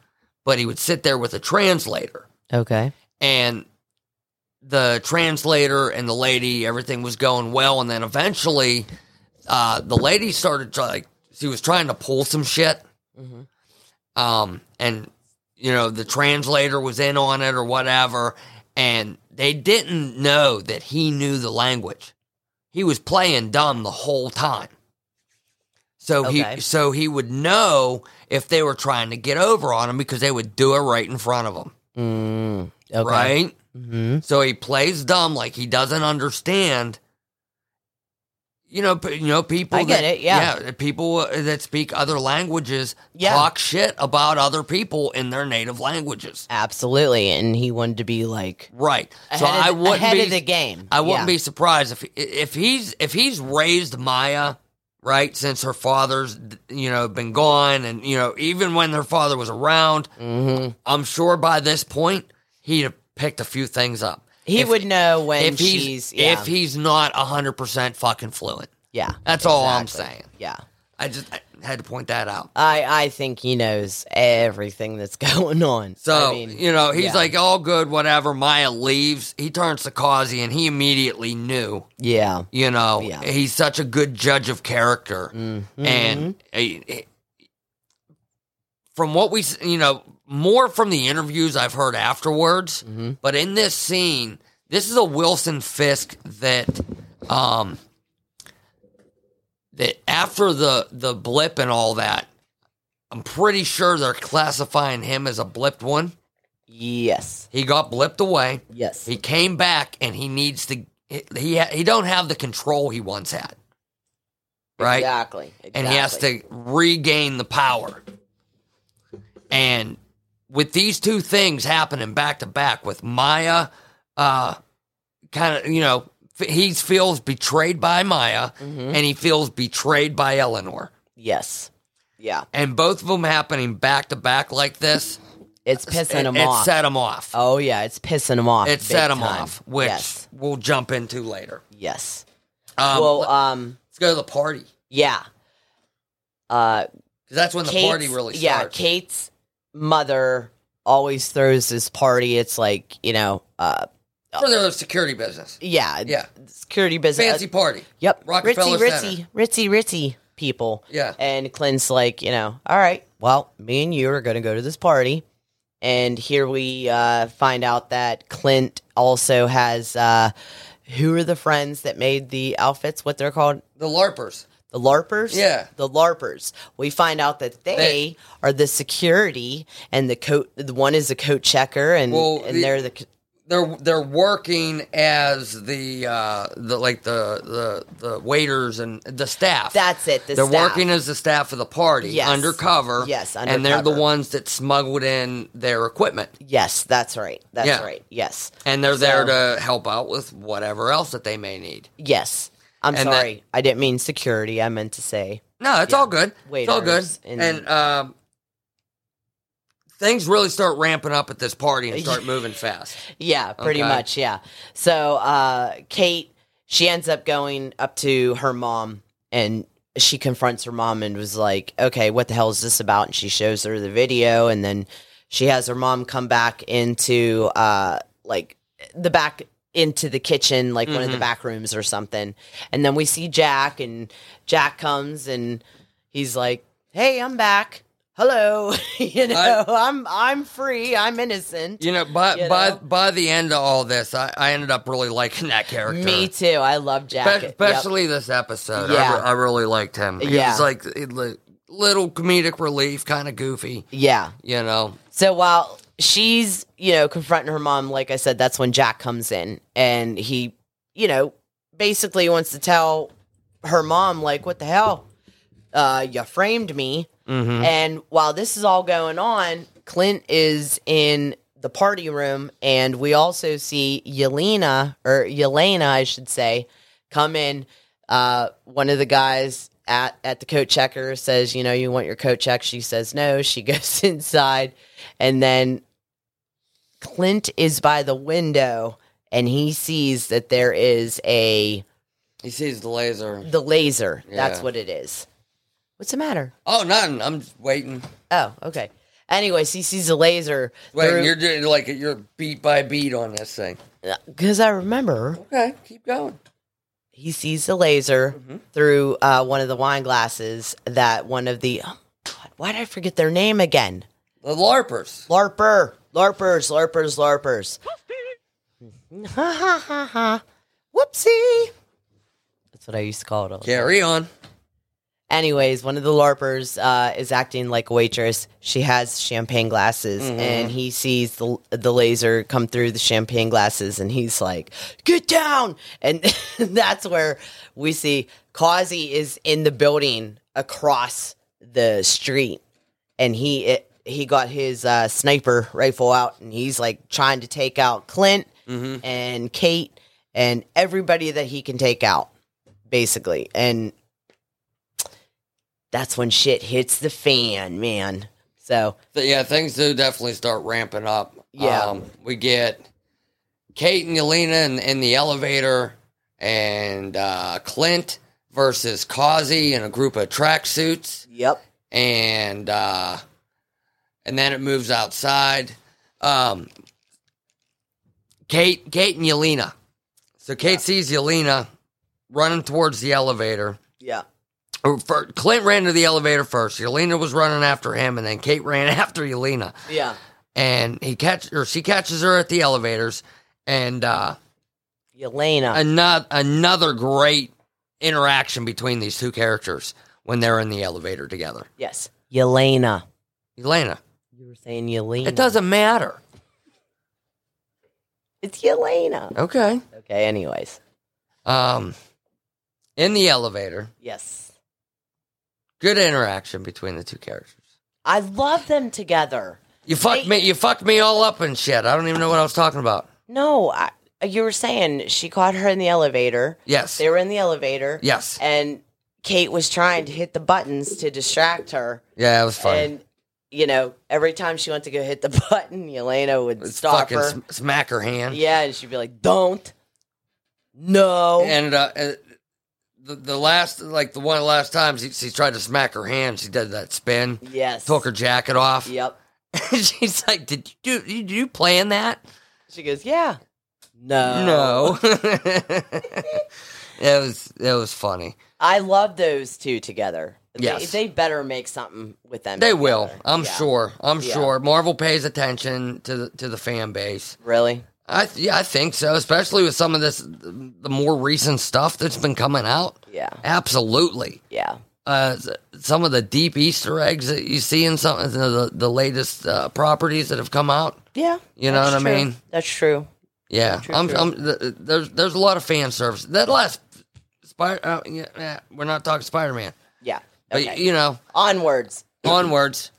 but he would sit there with a translator. Okay. And the translator and the lady, everything was going well, and then eventually, uh, the lady started try- like she was trying to pull some shit Mm-hmm. um, and you know the translator was in on it or whatever, and they didn't know that he knew the language. He was playing dumb the whole time. So Okay. he so he would know if they were trying to get over on him because they would do it right in front of him, Mm, okay. right? Mm-hmm. So he plays dumb like he doesn't understand. You know, p- you know people. I get that, it, yeah. people uh, that speak other languages Yeah. talk shit about other people in their native languages. Absolutely. And he wanted to be like Right. so ahead I of, wouldn't ahead be. of the game. I wouldn't Yeah. be surprised if if he's if he's raised Maya right since her father's you know been gone and you know even when her father was around. Mm-hmm. I'm sure by this point he'd have picked a few things up. He If- would know when if he's she's yeah, if he's not hundred percent fucking fluent. yeah. That's all I'm exactly. saying. Yeah. I just I had to point that out. I I think he knows everything that's going on. So I mean, you know he's yeah. like all good, whatever. Maya leaves. He turns to Kazi, and he immediately knew. yeah. You know Yeah. Mm-hmm. he's such a good judge of character, and eh, eh, from what we s- you know more from the interviews I've heard afterwards. Mm-hmm. But in this scene, this is a Wilson Fisk that um that after the the blip and all that, I'm pretty sure they're classifying him as a blipped one. Yes. He got blipped away. Yes. He came back and he needs to he he, he don't have the control he once had. Right? Exactly. and he has to regain the power. And with these two things happening back to back, with Maya, uh, kind of you know f- he feels betrayed by Maya, Mm-hmm. and he feels betrayed by Eleanor, Yes. Yeah. and both of them happening back to back like this, It's pissing it, him it off. set him off. oh yeah, it's pissing him off. it big set him time. off, which yes. we'll jump into later. Yes. Um, well, let- um, let's go to the party because yeah. Uh, that's when the Kate's- party really starts. Yeah, Kate's mother always throws this party. It's like you know, uh, for their security business, yeah, Yeah. security business. fancy party. Yep. Rockefeller ritzy, Center. ritzy, ritzy, ritzy people. Yeah. And Clint's like, you know, all right, well, me and you are going to go to this party. And here we uh, find out that Clint also has uh, who are the friends that made the outfits? What they're called? The LARPers. The LARPers? Yeah. The LARPers. We find out that they, They- are the security and the coat. The one is the coat checker and, Well, and the- they're the. c- They're they're working as the uh the like the the the waiters and the staff. That's it. The they're staff. working as the staff of the party Yes. undercover. Yes, And they're the undercover. ones that smuggled in their equipment. Yes, that's right. That's Yeah. right. Yes. And they're there So- to help out with whatever else that they may need. Yes. I'm And that- sorry. I didn't mean security. I meant to say. No, it's all good. it's all good. Waiters And, and- um things really start ramping up at this party and start moving fast. Yeah, pretty Okay. much. Yeah. So uh, Kate, she ends up going up to her mom and she confronts her mom and was like, okay, what the hell is this about? And she shows her the video and then she has her mom come back into uh, like the back into the kitchen, like one of the back rooms or something. And then we see Jack, and Jack comes and he's like, "Hey, I'm back. Hello, you know, I, am I'm free. I'm innocent." You know, by You by know? by the end of all this, I, I ended up really liking that character. Me too. I love Jack, Spe- Yep. especially this episode. I, Yeah. re- I really liked him. He Yeah. was like it li- little comedic relief, kind of goofy. Yeah. You know, So while she's, you know, confronting her mom, like I said, that's when Jack comes in and he, you know, basically wants to tell her mom, like, what the hell? Uh, you framed me. And while this is all going on, Clint is in the party room and we also see Yelena or Yelena, I should say, come in. Uh, one of the guys at, at the coat checker says, you know, you want your coat check. She says no. She goes inside and then Clint is by the window and he sees that there is a he sees the laser. the laser. That's Yeah. what it is. What's the matter? Oh, nothing. I'm just waiting. Oh, okay. Anyways, he sees a laser. Waiting. You're doing like you're beat by beat on this thing. Because Uh, I remember Okay, keep going. he sees the laser Mm-hmm. through uh, one of the wine glasses that one of the. Oh, God, why did I forget their name again? The larpers. LARPer. LARPers, LARPers, LARPers. Ha ha ha ha. Whoopsie. That's what I used to call it all the Carry on. anyways, one of the LARPers uh, is acting like a waitress. She has champagne glasses, and he sees the the laser come through the champagne glasses, and he's like, "Get down!" And that's where we see Causey is in the building across the street, and he it, he got his uh, sniper rifle out, and he's like trying to take out Clint Mm-hmm. and Kate and everybody that he can take out, basically, and that's when shit hits the fan, man. So Th- yeah, things do definitely start ramping up. Um, Yeah. we get Kate and Yelena in, in the elevator, and uh, Clint versus Causey in a group of tracksuits, yep, and uh, and then it moves outside. Um, Kate, Kate and Yelena. So Kate sees Yelena running towards the elevator. yeah, Or fir- Clint ran to the elevator first. Yelena was running after him, and then Kate ran after Yelena yeah, and he catch or she catches her at the elevators and uh Yelena. another another great interaction between these two characters when they're in the elevator together yes, Yelena. elena You were saying Yelena. it doesn't matter It's Yelena. okay Okay. Anyways, um in the elevator yes, good interaction between the two characters I love them together. you fucked me you fucked me all up and shit i don't even know what i was talking about No, I, you were saying she caught her in the elevator. yes They were in the elevator. yes and Kate was trying to hit the buttons to distract her, yeah it was fun and you know every time she went to go hit the button, Yelena would It's stop fucking her. sm- smack her hand Yeah, and she'd be like, "Don't, no." And uh, uh, the the last like the one of the last times she, she tried to smack her hand, she did that spin, yes, took her jacket off. Yep. She's like, "Did you do? Did you plan that? She goes, "Yeah, No." no, it was it was funny. I love those two together. They- Yes. they, better make something with them. They will. together. I'm Yeah. sure. I'm Yeah. sure. Marvel pays attention to the, to the fan base. Really? I th- yeah, I think so. Especially with some of this, the more recent stuff that's been coming out. Yeah, Absolutely. yeah, uh, s- some of the deep Easter eggs that you see in some of the, the latest uh, properties that have come out. yeah. You know that's what I true. mean? That's true. Yeah, True, I'm, true. I'm, th- th- there's there's a lot of fan service. That last Spider, uh, yeah, eh, we're not talking Spider Man, Yeah. but Okay. you know, Onwards. onwards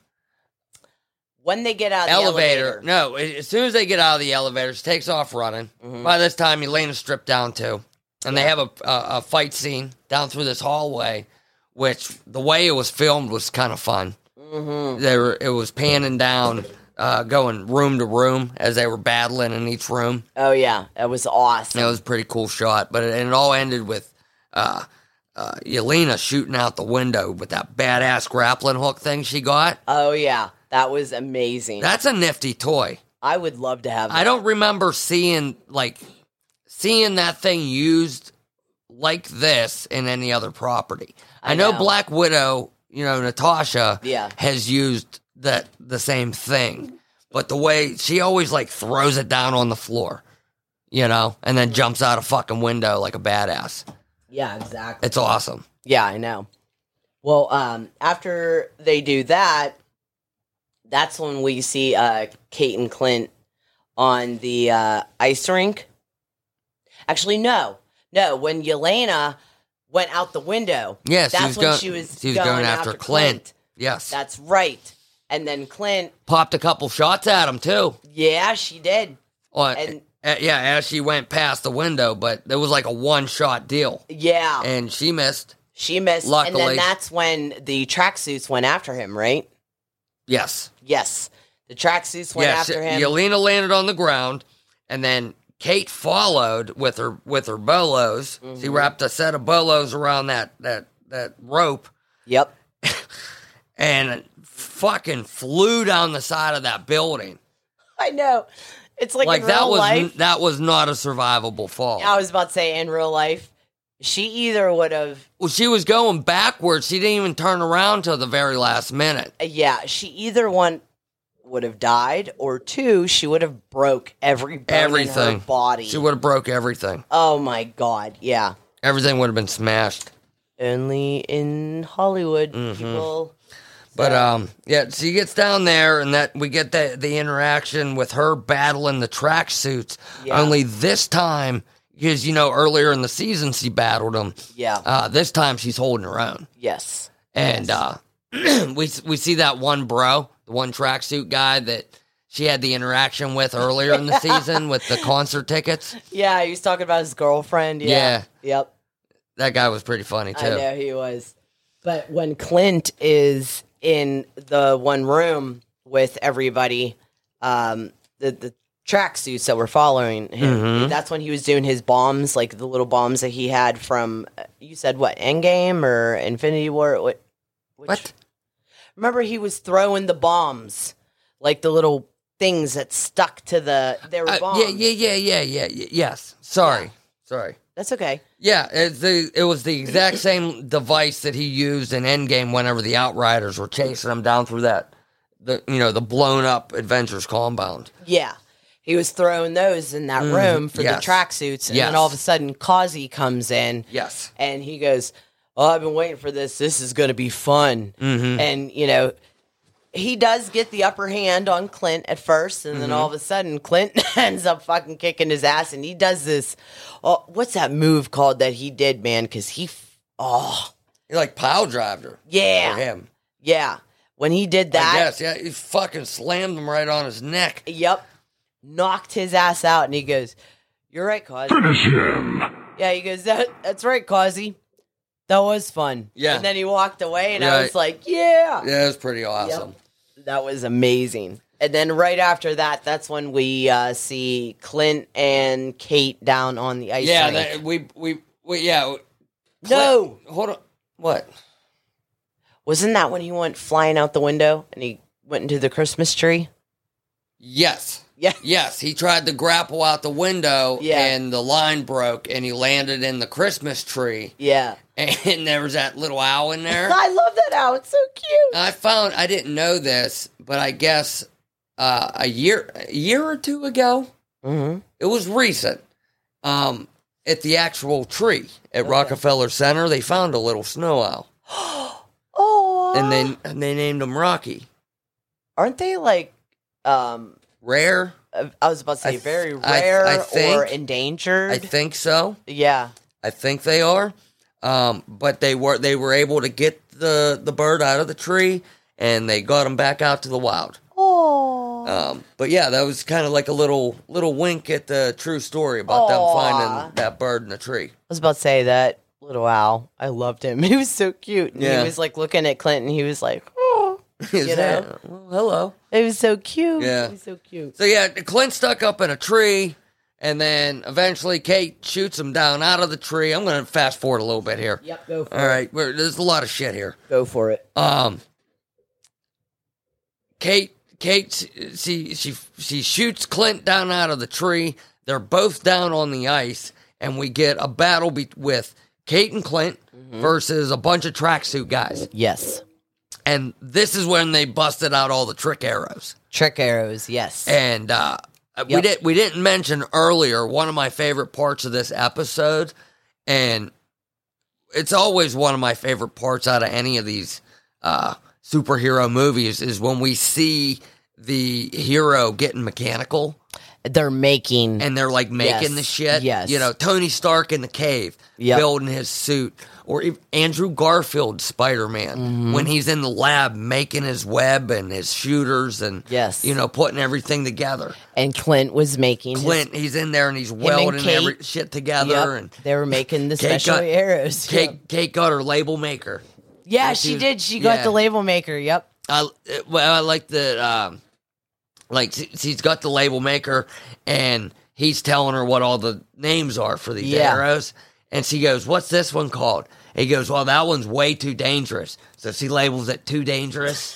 When they get out of elevator. the elevator, No, a- as soon as they get out of the elevator, she takes off running. By this time, Elena's stripped down too, and they have a, a a fight scene down through this hallway, which the way it was filmed was kind of fun. Mhm. they were it was panning down uh going room to room as they were battling in each room oh yeah, that was awesome. And it was a pretty cool shot but it, and it all ended with uh uh yelena shooting out the window with that badass grappling hook thing she got Oh yeah, that was amazing. that's a nifty toy I would love to have. That. i don't remember seeing like seeing that thing used like this in any other property. I, know, know. Black Widow, you know, Natasha Yeah. has used that the same thing. But the way she always like throws it down on the floor, you know, and then jumps out a fucking window like a badass. Yeah, exactly. It's awesome. Yeah, I know. Well, um, after they do that, that's when we see uh, Kate and Clint on the uh, ice rink. Actually, no, no. When Yelena went out the window, Yes, that's she was when going, she was, she was going, after, Clint. Yes. That's right. And then Clint, Popped a couple shots at him too. yeah, she did. On, And- uh, yeah, as she went past the window, but it was like a one shot deal. Yeah, And she missed. she missed. And luckily- then that's when the tracksuits went after him, right? Yes. Yes, the tracksuits went yes. after him. Yelena landed on the ground and then Kate followed with her with her bolos. Mm-hmm. She wrapped a set of bolos around that that that rope yep. and fucking flew down the side of that building. I know. It's like, Like, in real that was life. that was not a survivable fall. I was about to say in real life, she either would have, Well, she was going backwards. She didn't even turn around till the very last minute. yeah, she either one would have died, or two, she would have broke every bone in her Everything. body. She would have broke everything. oh my god, yeah. Everything would have been smashed. Only in Hollywood, Mm-hmm. people. But um, yeah, she gets down there, and that we get the the interaction with her battling the tracksuits. Yeah. Only this time, because you know earlier in the season she battled them. Yeah. Uh, this time she's holding her own, yes. and uh, we we see that one bro, the one tracksuit guy that she had the interaction with earlier in the season with the concert tickets. Yeah, he was talking about his girlfriend. Yeah. Yep. That guy was pretty funny too. I know he was. But when Clint is in the one room with everybody, um, the the tracksuits that were following him, Mm-hmm. that's when he was doing his bombs, like the little bombs that he had from uh, you said what Endgame or Infinity War. What? which- What? Remember, he was throwing the bombs, like the little things that stuck to the. They were Uh, bombs. yeah, yeah, yeah, yeah, yeah, yeah. Yes. Sorry. Sorry. That's okay. Yeah, it's the, it was the exact same device that he used in Endgame whenever the Outriders were chasing him down through that, the you know the blown up Adventures compound. Yeah. He was throwing those in that room for Mm-hmm. Yes. the tracksuits. And Yes. then all of a sudden, Kazi comes in Yes. and he goes, Oh, I've been waiting for this. This is going to be fun. Mm-hmm. And, you know, he does get the upper hand on Clint at first. And then all of Mm-hmm. a sudden, Clint ends up fucking kicking his ass. And he does this. Oh, what's that move called that he did, man? Because he, f- oh, He like pile drived her. Yeah. For him. yeah. When he did Oh, I that, guess. Yeah. He fucking slammed him right on his neck. Yep. Knocked his ass out, and he goes, "You're right, Causey." Finish him. Yeah, he goes, "That that's right, Causey. That was fun." Yeah. And then he walked away, and I Right. was like, "Yeah, Yeah, it was pretty awesome. that was amazing." And then right after that, that's when we uh, see Clint and Kate down on the ice. Yeah. rink. That, we, we we yeah. no, Hold on. What? wasn't that when he went flying out the window and he went into the Christmas tree? Yes. Yeah. Yes, he tried to grapple out the window Yeah. and the line broke and he landed in the Christmas tree Yeah. and there was that little owl in there. I love that owl. It's so cute. I found I didn't know this, but I guess uh, a year a year or two ago, Mm-hmm. it was recent. Um, at the actual tree at Rockefeller Center, they found a little snow owl Oh. Uh-huh. and then and they named him Rocky. aren't they like um Rare, uh, I was about to I say th- very I- rare I think- or endangered. I think so. yeah. I think they are. Um, but they were they were able to get the the bird out of the tree and they got him back out to the wild. Oh. Um, but yeah, that was kind of like a little little wink at the true story about Aw. them finding that bird in the tree. I was about to say that little owl. I loved him. He was so cute. And Yeah. He was like looking at Clinton. He was like, oh. Is You that- know? well, hello. It was so cute. Yeah. He was so cute. So yeah, Clint stuck up in a tree, and then eventually Kate shoots him down out of the tree. I'm going to fast forward a little bit here. Yep. Go for All right, we're, there's a lot of shit here. Go for it. Um, Kate, Kate, she she she shoots Clint down out of the tree. They're both down on the ice, and we get a battle be- with Kate and Clint versus a bunch of tracksuit guys. Yes. And this is when they busted out all the trick arrows. Trick arrows. Yes. And uh, we Yep. did we didn't mention earlier one of my favorite parts of this episode, and it's always one of my favorite parts out of any of these uh, superhero movies is when we see the hero getting mechanical They're making. and they're like making Yes, the shit. yes. You know, Tony Stark in the cave Yep. building his suit, or ev- Andrew Garfield Spider Man Mm-hmm. when he's in the lab making his web and his shooters and Yes. you know, putting everything together. and Clint was making. his- Clint, he's in there and he's and welding Kate. every shit together. Yep, And they were making the Kate special got- arrows. Kate, Yep. Kate got her label maker. Yeah, she she was- did. She got yeah. the label maker. Yep. I it- well, I like the um, like she- she's got the label maker, and he's telling her what all the names are for these Yeah. arrows, and she goes, "What's this one called?" He goes, "Well, that one's way too dangerous." So she labels it too dangerous.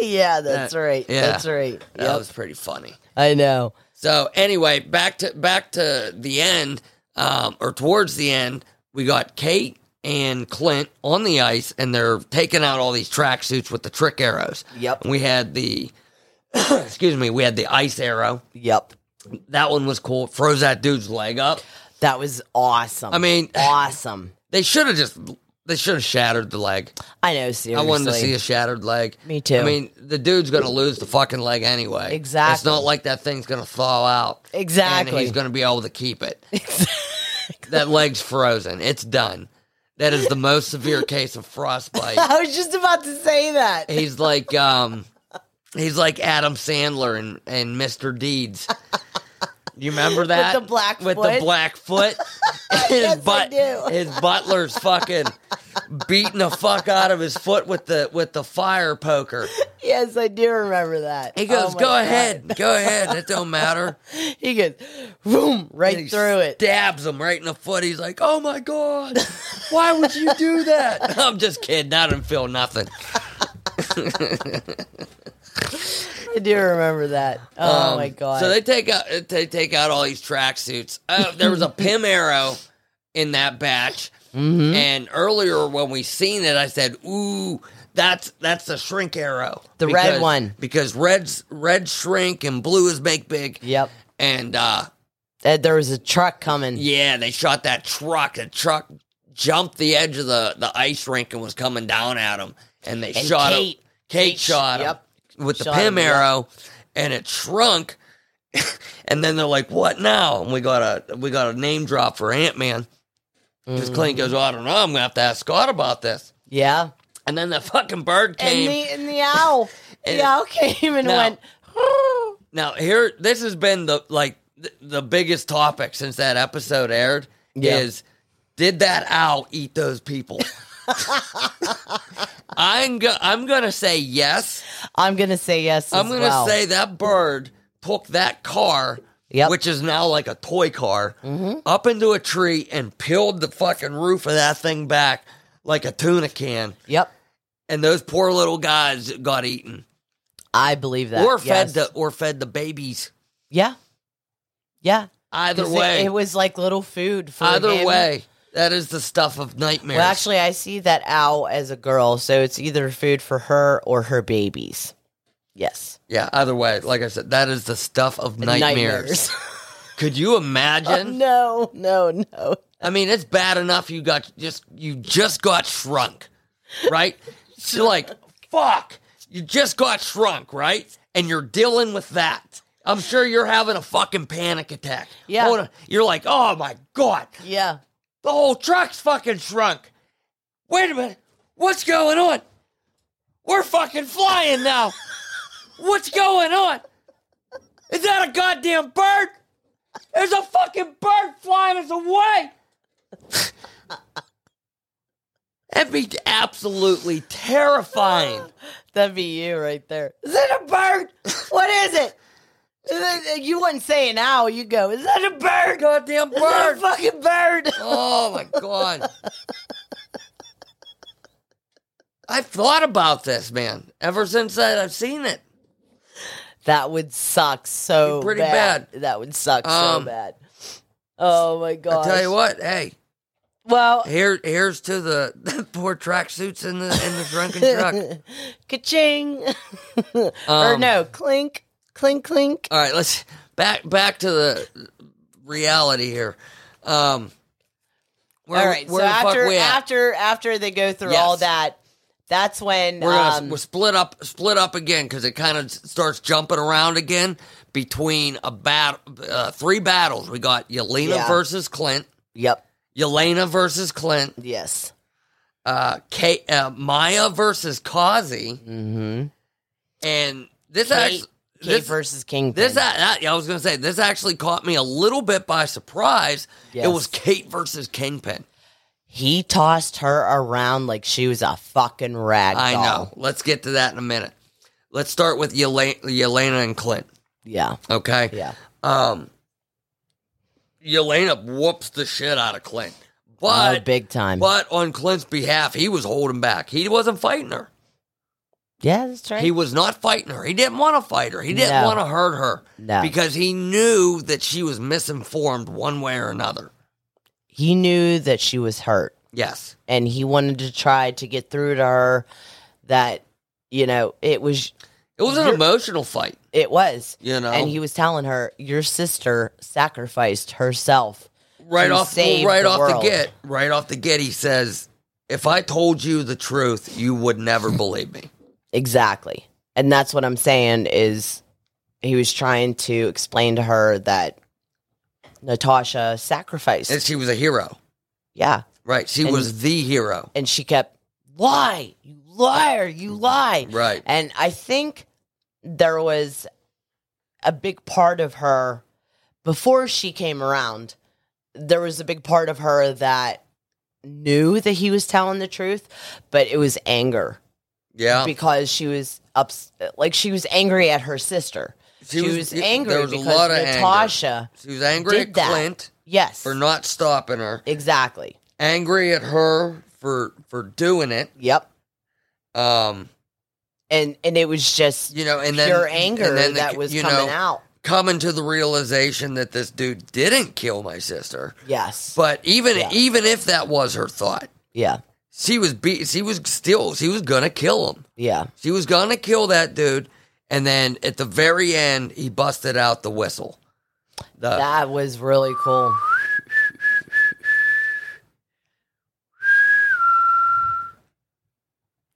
Yeah, that's That- right. Eh, yeah. That's right. That Yep. was pretty funny. I know. So anyway, back to back to the end, um, or towards the end, we got Kate and Clint on the ice, and they're taking out all these tracksuits with the trick arrows. Yep. And we had the, excuse me, we had the ice arrow. Yep. That one was cool. Froze that dude's leg up. That was awesome. I mean- awesome. They should have just, they should have shattered the leg. I know. Seriously, I wanted to see a shattered leg. Me too. I mean, the dude's gonna lose the fucking leg anyway. It's Exactly. not like that thing's gonna thaw out. And Exactly. he's gonna be able to keep it. That leg's frozen. It's done. That is the most severe case of frostbite. I was just about to say that. he's like um he's like Adam Sandler and, and Mr. Deeds. You remember that? the black With the foot? black foot. his Yes, I but- do. his butler's fucking beating the fuck out of his foot with the with the fire poker. Yes, I do remember that. He goes, Oh my Go God." ahead, go ahead, it don't matter. He goes, boom, right And he through it. Dabs him right in the foot. He's like, "Oh my god, why would you do that?" I'm just kidding. I didn't feel nothing. I do remember that. Oh Um, my god. So they take out they take out all these tracksuits. Uh, there was a Pim arrow in that batch, Hmm? Mm-hmm. and earlier when we seen it, I said, "Ooh." That's that's the shrink arrow, The red one. because red's red shrink and blue is make big. yep. and uh, That there was a truck coming. Yeah, they shot that truck. The truck jumped the edge of the, the ice rink and was coming down at him. And they And shot him. Kate- Kate, Kate sh- shot him yep. with the Shot Pim him, yep. arrow, and it shrunk. and then they're like, "What now?" And we got a we got a name drop for Ant Man. Because Clint Mm. goes, well, "I don't know. I'm gonna have to ask Scott about this." Yeah. And then the fucking bird came. And the and the owl. And- the owl came and No. went, "Oh." Now here, this has been the like th- the biggest topic since that episode aired Yeah. is did that owl eat those people? I'm go- I'm gonna say yes. I'm gonna say yes. I'm as gonna well. say that bird took that car, Yep. Mm-hmm. which is now like a toy car, up into a tree and peeled the fucking roof of that thing back like a tuna can, Yep. and those poor little guys got eaten I believe that. or fed yes. the or fed the babies. Yeah. Yeah. Either 'Cause it- way, It, was like little food for Either him. way, that is the stuff of nightmares. Well, actually, I see that owl as a girl, so it's either food for her or her babies. Yes, yeah, either way, like I said, that is the stuff of nightmares. Could you imagine? Oh, no, no, no. I mean, it's bad enough you got just you just got shrunk, right? so like, fuck, you just got shrunk, right? And you're dealing with that. I'm sure you're having a fucking panic attack. Yeah. Hold on. You're like, oh my god, Yeah, the whole truck's fucking shrunk. Wait a minute. What's going on? We're fucking flying now. What's going on? Is that a goddamn bird? There's a fucking bird flying us away. That'd be absolutely terrifying. that'd be you right there. Is it a bird? What is it? Is it- You wouldn't say an owl. You go. Is that a bird? Goddamn Is that a bird. fucking bird? Oh my god. I've thought about this, man. Ever since that I've seen it. That would suck so Be pretty bad. That would suck Um, so bad. Oh my I god. tell you what, hey, Well, here here's to the, the poor tracksuits in the in the drunken truck. ka-ching. or Um, no, clink, clink, clink. All right, let's back back to the reality here. Um, where, all right. where so the fuck after we at? after after they go through Yes. all that, that's when we're gonna um, we'll split up split up again because it kind of starts jumping around again between a bat uh, three battles. We got Yelena Yeah. versus Clint, Yep. Yelena versus Clint, Yes. uh, Kate, uh, Maya versus Kazi, Mm-hmm. and this Kate, actually Kate this- versus Kingpin. This that, that- I was gonna say this actually caught me a little bit by surprise. It Yes. was Kate versus Kingpin. he tossed her around like she was a fucking rag I doll. know. Let's get to that in a minute. Let's start with Yelena, Yelena and Clint. Yeah. Okay. Yeah. Um, Yelena whoops the shit out of Clint, Oh, but big time. but on Clint's behalf, he was holding back. He wasn't fighting her. yeah, that's right. He was not fighting her. He didn't want to fight her. He didn't No. want to hurt her No. because he knew that she was misinformed one way or another. he knew that she was hurt Yes. and he wanted to try to get through to her that you know it was It was an You're- emotional fight, it was you know. and he was telling her your sister sacrificed herself right to off save right the off world. the get, right off the get he says, "If I told you the truth, you would never believe me." exactly and that's what i'm saying is he was trying to explain to her that natasha sacrificed And she was a hero. yeah Right. She And- was the hero. and she kept lie you liar you lie Right. And I think there was a big part of her before she came around, there was a big part of her that knew that he was telling the truth, but it was anger Yeah. because she was ups- like she was angry at her sister. She, was, angry there was a because lot of anger. Natasha. She was angry did at that. Clint Yes. for not stopping her. exactly. Angry at her for for doing it. Yep. Um, And and it was just you know, and then pure anger and then the- that was you coming know, out. Coming to the realization that this dude didn't kill my sister. Yes. But even Yeah. even if that was her thought, yeah. she was be she was still she was gonna kill him. Yeah. She was gonna kill that dude, and then at the very end, he busted out the whistle. The- That was really cool.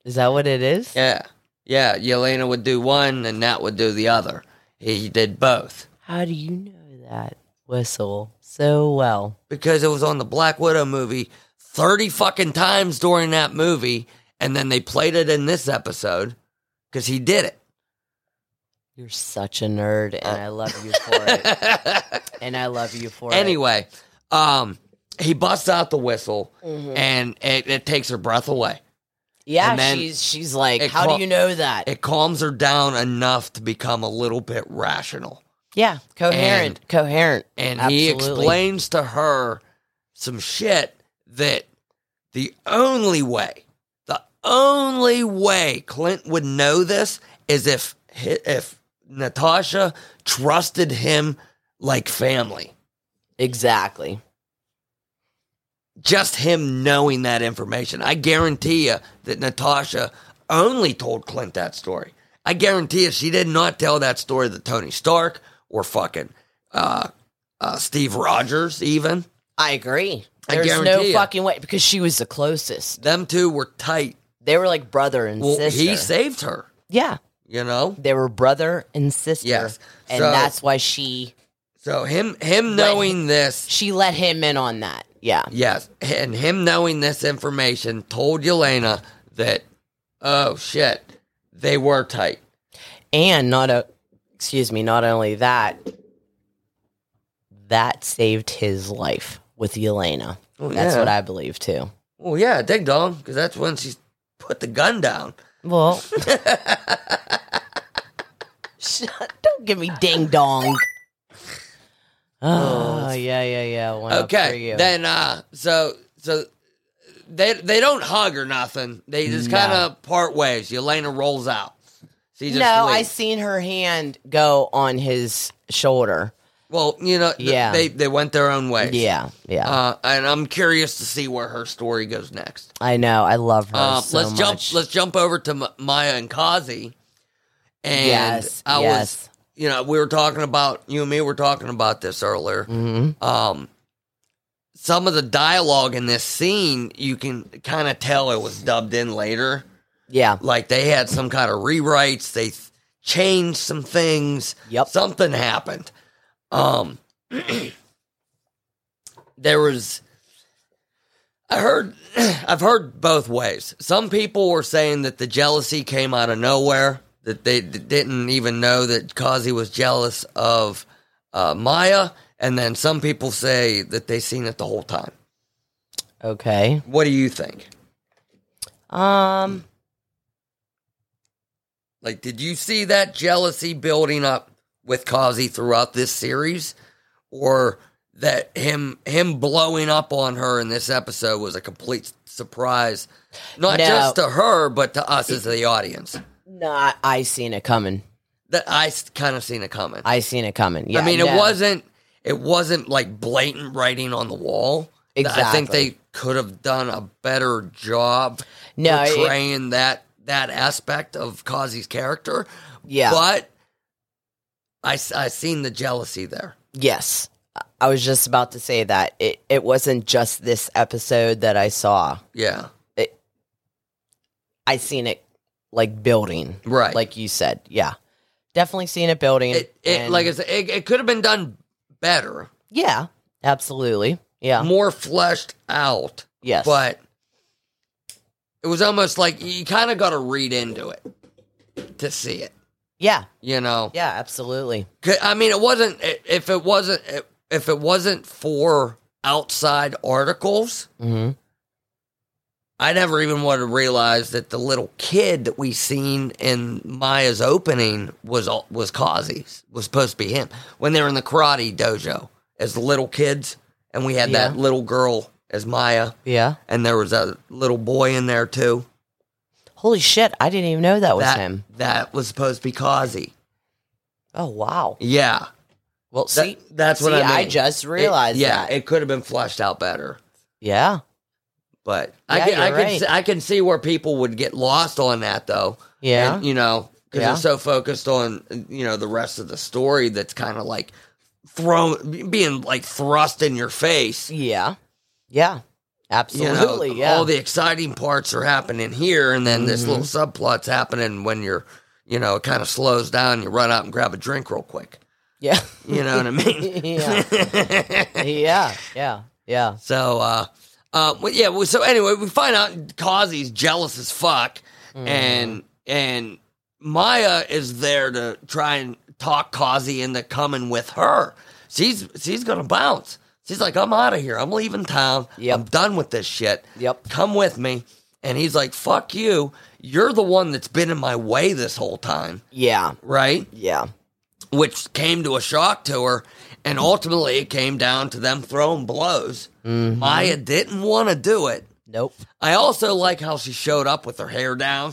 Is that what it is? yeah, yeah. Yelena would do one, and Nat would do the other. He did both How do you know that whistle so well? because it was on the Black Widow movie thirty fucking times during that movie, and then they played it in this episode because he did it. You're such a nerd, and Uh. I love you for it. And I love you for it. Anyway, um, he busts out the whistle, Mm-hmm. and it, it takes her breath away. Yeah, and then she's she's like, it how cal- do you know that? it calms her down enough to become a little bit rational. yeah, coherent, coherent. And he Absolutely. explains to her some shit that the only way, the only way Clint would know this is if if Natasha trusted him like family. exactly. Just him knowing that information. I guarantee you that Natasha only told Clint that story. I guarantee you she did not tell that story to Tony Stark or fucking uh, uh, Steve Rogers, even. I agree. I There's no guarantee ya. fucking way because she was the closest. Them two were tight. They were like brother and Well, sister. he saved her, yeah, you know? They were brother and sister. Yes. And So- that's why she So him him knowing this, she let him in on that. Yeah. yes, and him knowing this information told Yelena that, oh shit, they were tight. And not a excuse me, not only that, that saved his life with Elena. Oh, that's yeah. what I believe too. Well, yeah, ding dong, because that's when she put the gun down. Well Shut- don't give me ding dong. Oh yeah, yeah, yeah. One up for okay you. then uh so so they they don't hug or nothing they just kind of part ways yelena rolls out So you just No, I leave. seen her hand go on his shoulder. Well, you know, th- Yeah. they they went their own ways. Yeah, yeah. Uh, and I'm curious to see where her story goes next. I know. I love her. Uh, Oh, so let's much. jump. Let's jump over to M- Maya and Kazi. And Yes, I was, yes. you know, we were talking about you and me were talking about this earlier. Mm-hmm. Um, some of the dialogue in this scene, you can kind of tell it was dubbed in later. Yeah, Like they had some kind of rewrites. They th- changed some things. Yep. Something happened. Um, there was. I heard. I've heard both ways. Some people were saying that the jealousy came out of nowhere. That they d- didn't even know that Kazi was jealous of uh, Maya. And then some people say that they seen it the whole time. okay. What do you think? Um, Like, did you see that jealousy building up with Kazi throughout this series, or that him him blowing up on her in this episode was a complete surprise, not No. just to her but to us as the audience? nah, I seen it coming. That I kind of seen it coming. I, I seen it coming. Yeah, mean, it no. wasn't it wasn't like blatant writing on the wall. I think Exactly. they could have done a better job No, it- portraying that that aspect of Kazi's character. Yeah. But I, s- I seen the jealousy there. Yes. I was just about to say that. It it wasn't just this episode that I saw. Yeah. I seen it like building. Right. Like you said. Yeah. Definitely seen it building. It, it and- like I said, it, it could have been done better, Yeah. Absolutely. Yeah. more fleshed out, yes. but it was almost like you kind of got to read into it to see it, yeah. you know. Yeah, absolutely. 'Cause, I mean, it wasn't i- if it wasn't if it wasn't for outside articles, hmm I never even would have realized that the little kid that we seen in Maya's opening was all- was Kazi's was supposed to be him when they were in the karate dojo as little kids, and we had that Yeah. little girl as Maya, Yeah. and there was a little boy in there too. Holy shit, I didn't even know that was that him. that was supposed to be Kazi. Oh wow. Yeah, Well, that- see that's what see, I mean. just realized It- yeah, that. it could have been fleshed out better. yeah. But Yeah, I can, I, you're can right. see, I can see where people would get lost on that though. Yeah. And, you know, because Yeah. they're so focused on you know the rest of the story that's kind of like thrown being like thrust in your face. yeah. Yeah. You know, Absolutely. yeah. all the exciting parts are happening here, and then this little Mm-hmm. subplot's happening when you're you know it kind of slows down. You run out and grab a drink real quick. yeah. You know what I mean? yeah. yeah, yeah, yeah. So, uh, uh, well, yeah. Well, so anyway, we find out Kazi's jealous as fuck, Mm-hmm. and and Maya is there to try and talk Kazi into coming with her. She's she's gonna bounce. She's like, I'm out of here. I'm leaving town. Yep. I'm done with this shit. Yep. Come with me. And he's like, fuck you. You're the one that's been in my way this whole time, Yeah, right? yeah, Which came to a shock to her. Mm-hmm. And ultimately, it came down to them throwing blows. Mm-hmm. Maya didn't want to do it. nope. I also like how she showed up with her hair down.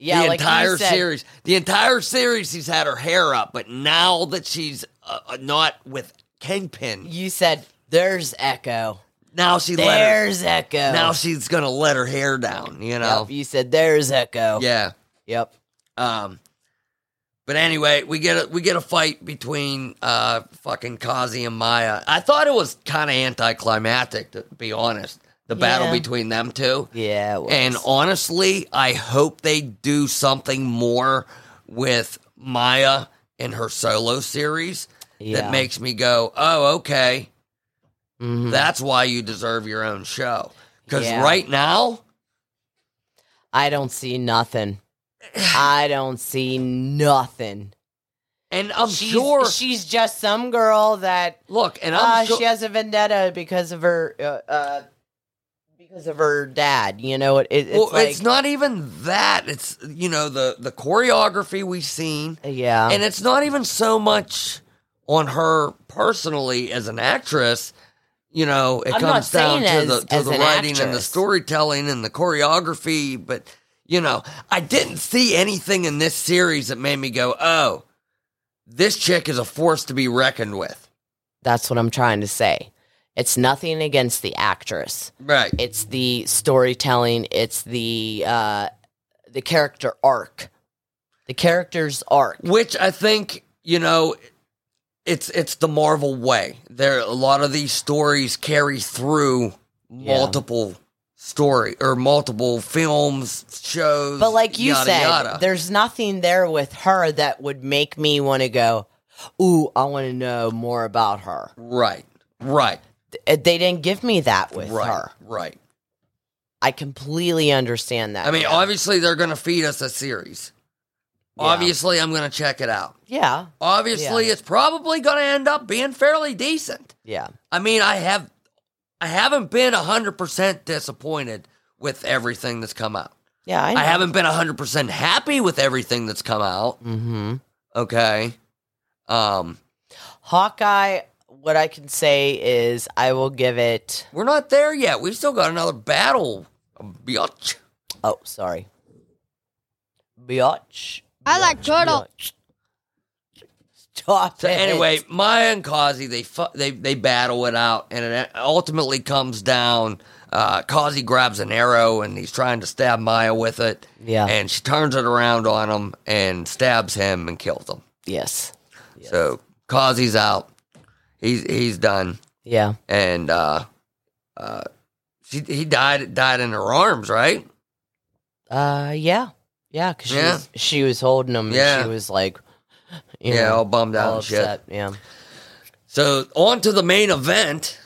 Yeah, the like you entire said- series. The entire series, she's had her hair up, but now that she's uh, uh, not with Kingpin, You said there's Echo. now she let her, There's Echo. now she's gonna let her hair down. You know, Yep, you said there's Echo. yeah. Yep. Um, but anyway, we get a, we get a fight between uh fucking Kazi and Maya. I thought it was kind of anticlimactic, to be honest. The battle Yeah. between them two. Yeah. it was. And honestly, I hope they do something more with Maya in her solo series Yeah. that makes me go, oh, okay, Mhm. that's why you deserve your own show. Because Yeah. right now, I don't see nothing. I don't see nothing. and I'm she's, sure, she's just some girl that look, and I'm uh, sure, she has a vendetta because of her uh, uh because of her dad. You know, it, it, it's well, like it's not even that. It's, you know, the, the choreography we've seen, yeah, and it's not even so much on her personally as an actress. You know, it I'm not comes down to saying as- the to as the an writing and the actress. storytelling and the choreography, but You know, I didn't see anything in this series that made me go, oh, this chick is a force to be reckoned with. That's what I'm trying to say. It's nothing against the actress. Right. It's the storytelling. It's the uh, the character arc, the character's arc. which I think you know, it's it's the Marvel way. There, a lot of these stories carry through multiple story or multiple films, shows. But like you yada, said, yada. there's nothing there with her that would make me want to go. Ooh, I want to know more about her. right, right, Uh, They didn't give me that with right, her. right. I completely understand that. I mean, now. obviously they're going to feed us a series. Yeah. Obviously, I'm going to check it out. yeah, Obviously, it's probably going to end up being fairly decent. yeah. I mean, I have, I haven't been hundred percent disappointed with everything that's come out. Yeah, I, I haven't been 100% happy with everything that's come out. hmm Okay. Um, Hawkeye. What I can say is, I will give it. we're not there yet. We still got another battle. Biatch. Oh, sorry. Biatch. I like turtle. biatch. Stop So it. anyway, Maya and Kazi they fu- they they battle it out, and it ultimately comes down. Uh, Kazi grabs an arrow and he's trying to stab Maya with it. Yeah. and she turns it around on him and stabs him and kills him. yes. So Kazi's out. He's he's done. Yeah. and uh, uh, she, he died died in her arms, right? Uh, yeah, yeah, because she Yeah. was she was holding him. Yeah. and she was like, you Yeah, know, all bummed out all and shit. upset. Yeah, So on to the main event,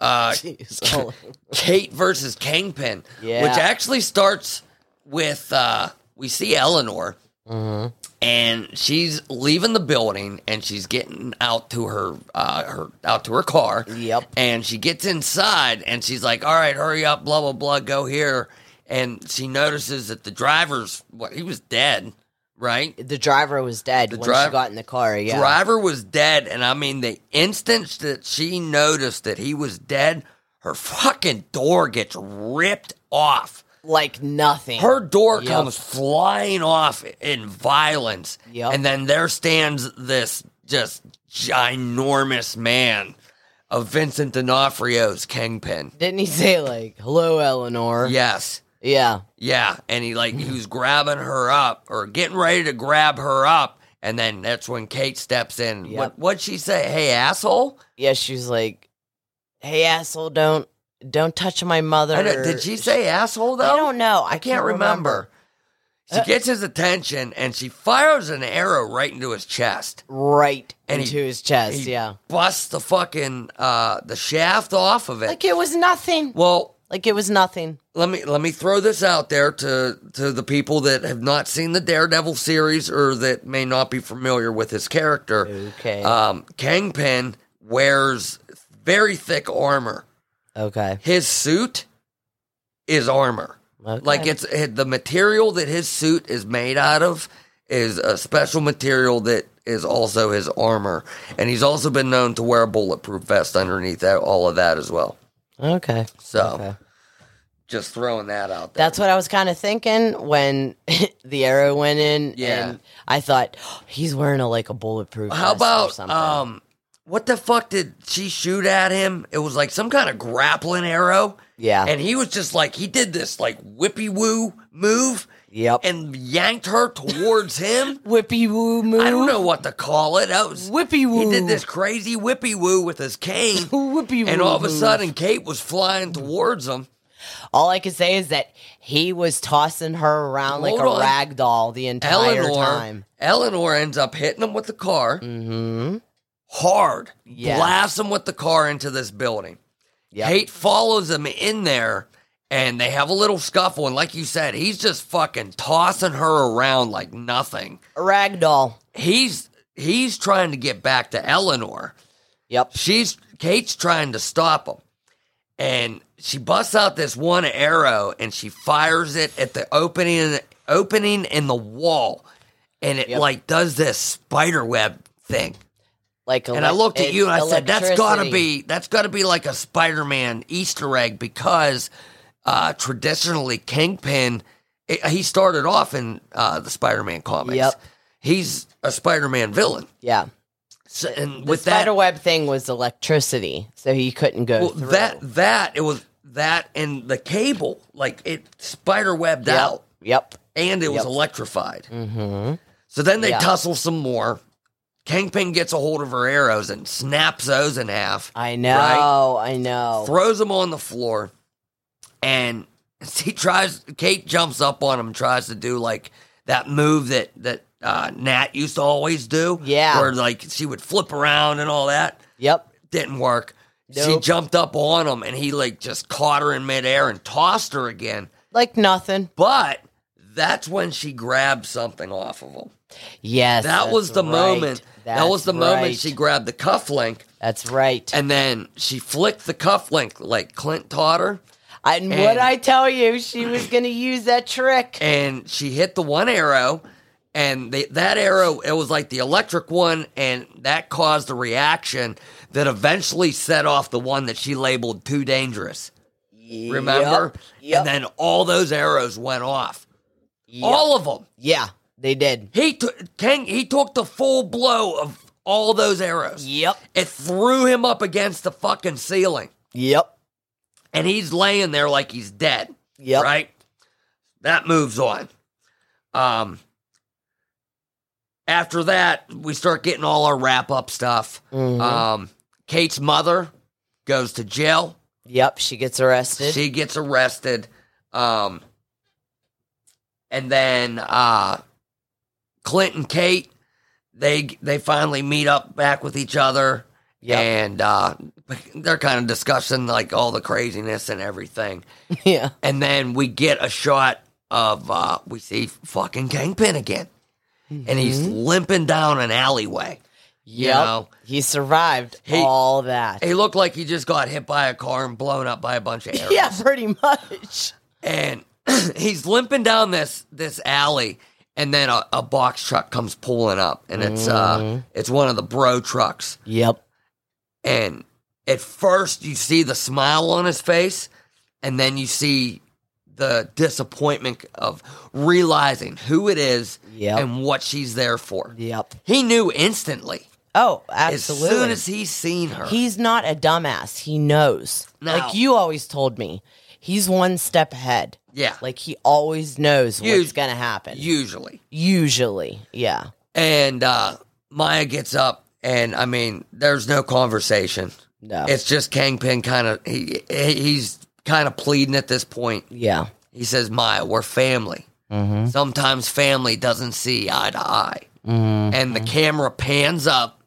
uh, Jeez, holy- Kate versus Kingpin, Yeah. which actually starts with uh, we see Eleanor, Mhm. and she's leaving the building, and she's getting out to her uh, her out to her car. Yep. And she gets inside, and she's like, "All right, hurry up, blah blah blah, go here." And she notices that the driver's what he was dead, right? the driver was dead when driv- she got in the car. Yeah, driver was dead, and I mean the instant that she noticed that he was dead, her fucking door gets ripped off. like nothing. Her door Yep. comes flying off in violence, Yep. and then there stands this just ginormous man of Vincent D'Onofrio's kingpin. didn't he say like, "Hello, Eleanor"? Yes. yeah, Yeah, and he like he was grabbing her up or getting ready to grab her up, and then that's when Kate steps in. Yep. What what'd she say? Hey, asshole! yeah. She was like, "Hey, asshole, don't don't touch my mother." I don't- did she say asshole though? I don't Uh, know. I, I can't remember. She gets his attention and she fires an arrow right into his chest. Right And he- into his chest. He yeah, busts the fucking uh, the shaft off of it. like it was nothing. well, Like it was nothing. let me let me throw this out there to to the people that have not seen the Daredevil series or that may not be familiar with his character. Okay. Um, Kingpin wears very thick armor. okay. His suit is armor. Okay. Like it's it, the material that his suit is made out of is a special material that is also his armor, and he's also been known to wear a bulletproof vest underneath that, all of that as well. Okay. So Okay. just throwing that out there. That's what I was kind of thinking when the arrow went in. Yeah. And I thought "Oh, he's wearing a like a bulletproof. How vest or about something." um, what the fuck did she shoot at him? It was like some kind of grappling arrow. Yeah. and he was just like he did this like whippy woo move yep. and yanked her towards him. whippy woo move. I don't know what to call it. That was Whippy woo. He did this crazy whippy woo with his cane, Whippy woo. and all of a move. sudden, Kate was flying towards him. all I can say is that he was tossing her around like Hold a on. rag doll the entire Eleanor, time. Eleanor ends up hitting him with the car Mm-hmm. hard, Yes. blasts him with the car into this building. Yep. Kate follows him in there, and they have a little scuffle. And like you said, he's just fucking tossing her around like nothing. A rag doll. He's he's trying to get back to Eleanor. Yep. she's Kate's trying to stop him, and she busts out this one arrow and she fires it at the opening opening in the wall, and it Yep. like does this spider web thing. Like And I looked at you and I said, "That's gotta electricity." be that's gotta be like a Spider Man Easter egg because uh, traditionally Kingpin it- he started off in uh, the Spider-Man comics. Yep. He's a Spider-Man villain. Yeah. So, and The with that, spider web thing was electricity, so he couldn't go well, through. that that it was that and the cable like it spider-webbed Yep. out Yep. and it was Yep. electrified. Mm-hmm. So then they Yeah. tussle some more. Kingpin gets a hold of her arrows and snaps those in half, I know. I know. throws them on the floor, and he tries. Kate jumps up on him, tries to do like that move that that uh, Nat used to always do. Yeah. where like she would flip around and all that. yep. Didn't work. She Nope. jumped up on him, and he like just caught her in midair and tossed her again. Like nothing. But that's when she grabbed something off of him. Yes. That that's was the right. moment. that That's was the right. moment she grabbed the cuff link That's right. and then she flicked the cuff link like Clint taught her And, and- what I tell you, she was going to use that trick. and she hit the one arrow and they, that arrow it was like the electric one and that caused a reaction that eventually set off the one that she labeled too dangerous. Remember? Yep. And then all those arrows went off. All of them. yeah, they did. He took King he took the full blow of all those arrows. Yep. It threw him up against the fucking ceiling. Yep. And he's laying there like he's dead. Yep. Right? That moves on. Um after that, we start getting all our wrap up stuff. Mhm. Um Kate's mother goes to jail. Yep. She gets arrested. She gets arrested. Um and then uh Clint and Kate they they finally meet up back with each other. yep. And uh, they're kind of discussing like all the craziness and everything. yeah. And then we get a shot of uh, we see fucking Kingpin again, and he's Mm-hmm. limping down an alleyway. You Yep. know, He survived He- all that. he looked like he just got hit by a car and blown up by a bunch of arrows. yeah, pretty much. and he's limping down this this alley and then a, a box truck comes pulling up and it's Mm-hmm. uh it's one of the bro trucks Yep. and at first you see the smile on his face and then you see the disappointment of realizing who it is Yep. and what she's there for Yep. he knew instantly Oh, absolutely. as soon as he's seen her He's not a dumbass. He knows. No. Like you always told me, he's one step ahead. yeah Like he always knows You- what's going to happen. usually Usually. Yeah. and uh maya gets up and i mean there's no conversation No. It's just Kingpin kind of he he- he's kind of pleading at this point. yeah. He says, "Maya, we're family. Mm-hmm. Sometimes family doesn't see eye to eye." mm-hmm. And the camera pans up,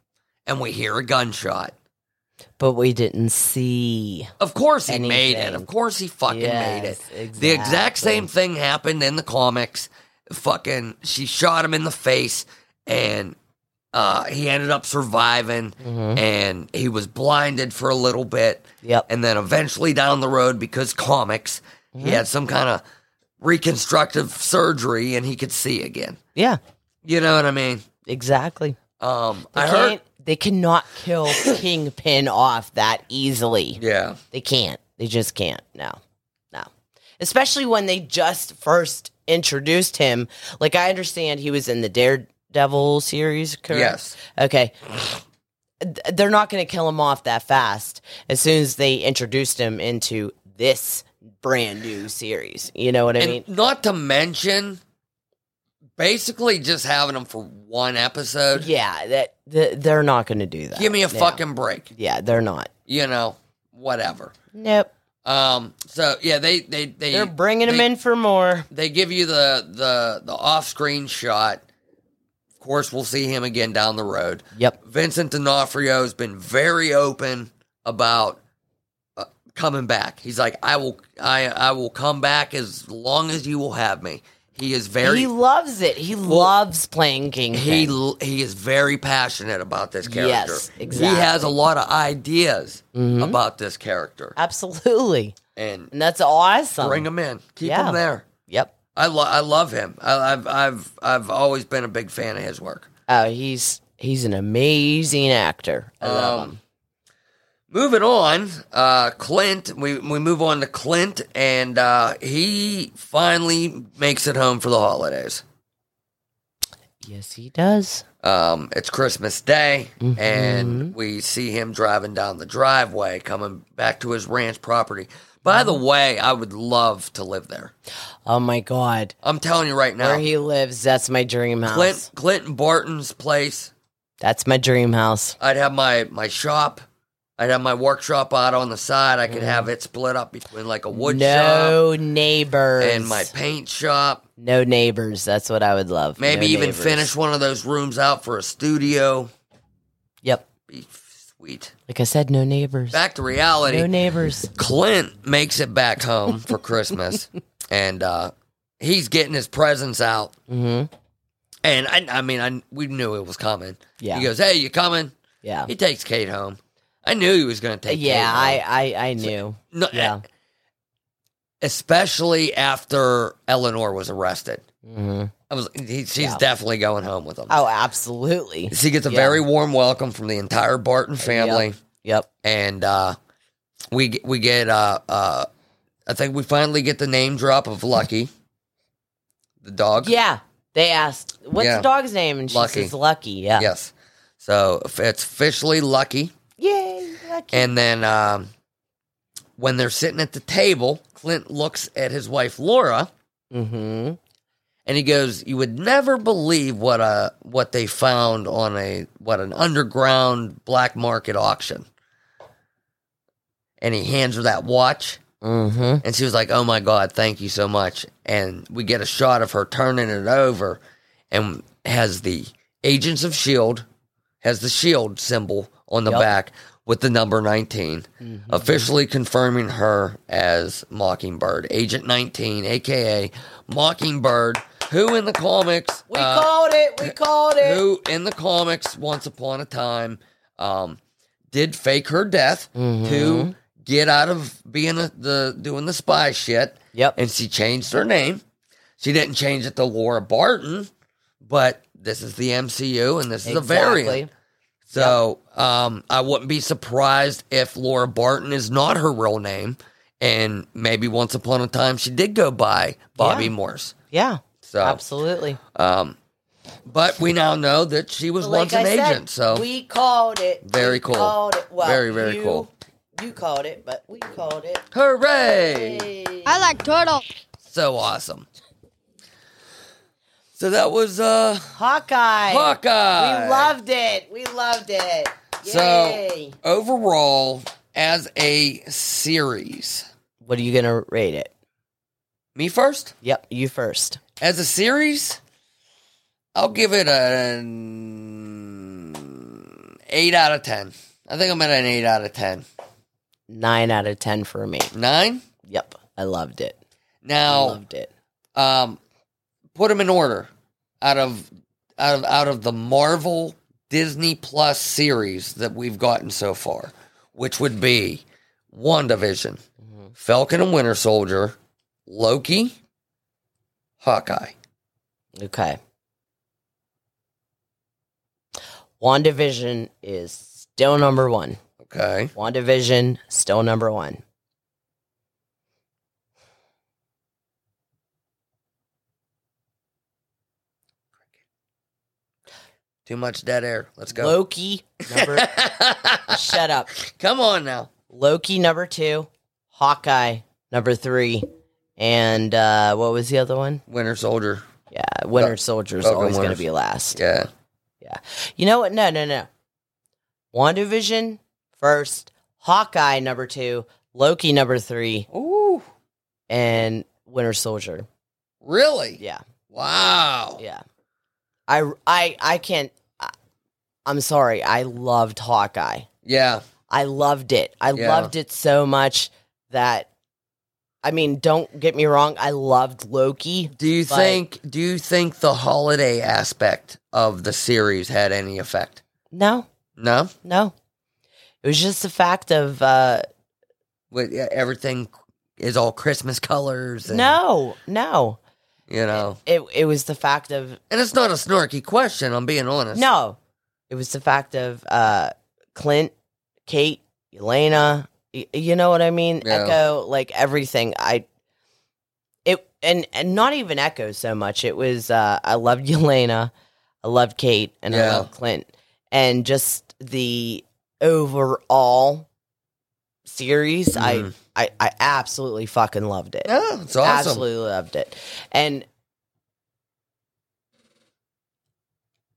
and we hear a gunshot. But we didn't see. Of course he made it. Anything. Of course he fucking made it. Yes, The exact exactly. same thing happened in the comics. Fucking, she shot him in the face, and uh, he ended up surviving. Mm-hmm. And he was blinded for a little bit. Yep. And then eventually down the road, because comics, Mm-hmm. he had some kind of reconstructive surgery, and he could see again. Yeah. You know what I mean? Exactly. Um, They I can't. heard. They cannot kill Kingpin off that easily. Yeah. They can't. They just can't. No, no. Especially when they just first introduced him. Like I understand he was in the Daredevil series, correct? Yes. Okay. Th- They're not going to kill him off that fast. As soon as they introduced him into this brand new series, you know what I mean? and not to mention, basically just having him for one episode. Yeah, that th- they're not going to do that. Give me a No. fucking break. Yeah, they're not. You know, whatever. Nope. Um. So yeah, they they they They're bringing him they- in for more. They give you the the the off screen shot. Of course, we'll see him again down the road. Yep. Vincent D'Onofrio has been very open about uh, coming back. He's like, I will, I, I will come back as long as you will have me. He is very, He loves it. He loves playing Kingpin. he l- he is very passionate about this character. Yes, exactly. Mm-hmm. He has a lot of ideas about this character, Absolutely. and And that's awesome. bring him in, keep Yeah. him there. Yep. I lo- I love him. I, I've I've I've always been a big fan of his work. Oh, he's he's an amazing actor. I love Um, him. Moving on, uh, Clint. We we move on to Clint, and uh, he finally makes it home for the holidays. Yes, he does. Um, it's Christmas Day, Mm-hmm. and we see him driving down the driveway, coming back to his ranch property. By Mm-hmm. the way, I would love to live there. Oh my god, I'm telling you right now, where he lives, that's my dream house. Clint Clinton Barton's place. That's my dream house. I'd have my my shop. I'd have my workshop out on the side. I could have it split up between like a wood shop Mm-hmm. no neighbors and my paint shop. no neighbors. That's what I would love. Maybe No even neighbors. finish one of those rooms out for a studio. Yep. Be sweet. Like I said, no neighbors. Back to reality. no neighbors. Clint makes it back home for Christmas, and uh, he's getting his presents out. hmm And I, I mean, I we knew it was coming. Yeah. He goes, "Hey, you coming?" Yeah. He takes Kate home. I knew he was going to take. yeah, Kate home. I, I, I knew. No, yeah. especially after Eleanor was arrested. hmm I was, he, she's Yeah. definitely going home with him. Oh, absolutely. She gets a yeah. very warm welcome from the entire Barton family, Yep. and uh, we g- we get uh, uh, I think we finally get the name drop of Lucky, the dog. Yeah. They asked, "What's Yeah. the dog's name?" And she Lucky. says, "Lucky." Yeah. Yes. So f- it's officially Lucky, Yay, Lucky. and then um, when they're sitting at the table, Clint looks at his wife Laura. hmm and he goes, "You would never believe what a what they found on a what an underground black market auction." And he hands her that watch, hmm and she was like, "Oh my god, thank you so much." And we get a shot of her turning it over, and has the Agents of Shield E has the shield E symbol on the Yep. back with the number 19 officially confirming her as Mockingbird, Agent 19, aka Mockingbird, who in the comics, We uh, called it. We called it. who in the comics, once upon a time, um, did fake her death Mm-hmm. to get out of being a, the doing the spy shit, Yep. and she changed her name. She didn't change it to Laura Barton, but this is the MCU, and this is a variant. Exactly. So um, I wouldn't be surprised if Laura Barton is not her real name, and maybe once upon a time she did go by Bobby Yeah. Morse. Yeah. So, Absolutely. um, but we now know that she was once an agent. so we called it. Very We cool. called it. Well, Very, very you- cool. You called it, but we called it. hooray! I like turtles. So awesome. So that was uh, Hawkeye. Hawkeye. We loved it. We loved it. Yay. So overall, as a series, what are you gonna rate it? me first. Yep, you first. As a series, I'll give it an eight out of ten. I think I'm at an eight out of ten. Nine out of ten for me. Nine. Yep, I loved it. I Now, loved it. um, put them in order out of out of out of the Marvel Disney Plus series that we've gotten so far, which would be WandaVision, Mm-hmm. Falcon and Winter Soldier, Loki, Hawkeye. Okay. WandaVision is still number one. Okay. WandaVision still number one. Too much dead air. Let's go. Loki number. shut up. Come on now. Loki number two, Hawkeye number three, and uh, what was the other one? Winter Soldier. Yeah, Winter Soldier's Falcon always going to Winter- be last. Yeah. You know what? No, no, no. WandaVision first, Hawkeye number two, Loki number three, Ooh. and Winter Soldier. Really? Yeah, Wow. yeah. I, I, I can't. I, I'm sorry. I loved Hawkeye. Yeah. I loved it. I Yeah. loved it so much that I mean, don't get me wrong, I loved Loki. Do you But- think do you think the holiday aspect of the series had any effect? No, No? no. It was just the fact of uh With yeah, everything is all Christmas colors and no, no. you know. It it was the fact of And it's not a snarky question, I'm being honest. no. It was the fact of uh Clint, Kate, Elena. y- You know what I mean? Yeah. Echo, like everything. I it and and not even Echo so much. It was uh, I loved Elena, I loved Kate, and I Yeah. loved Clint, and just the overall series. Mhm. I, I I absolutely fucking loved it. Yeah, it's awesome. Absolutely loved it. And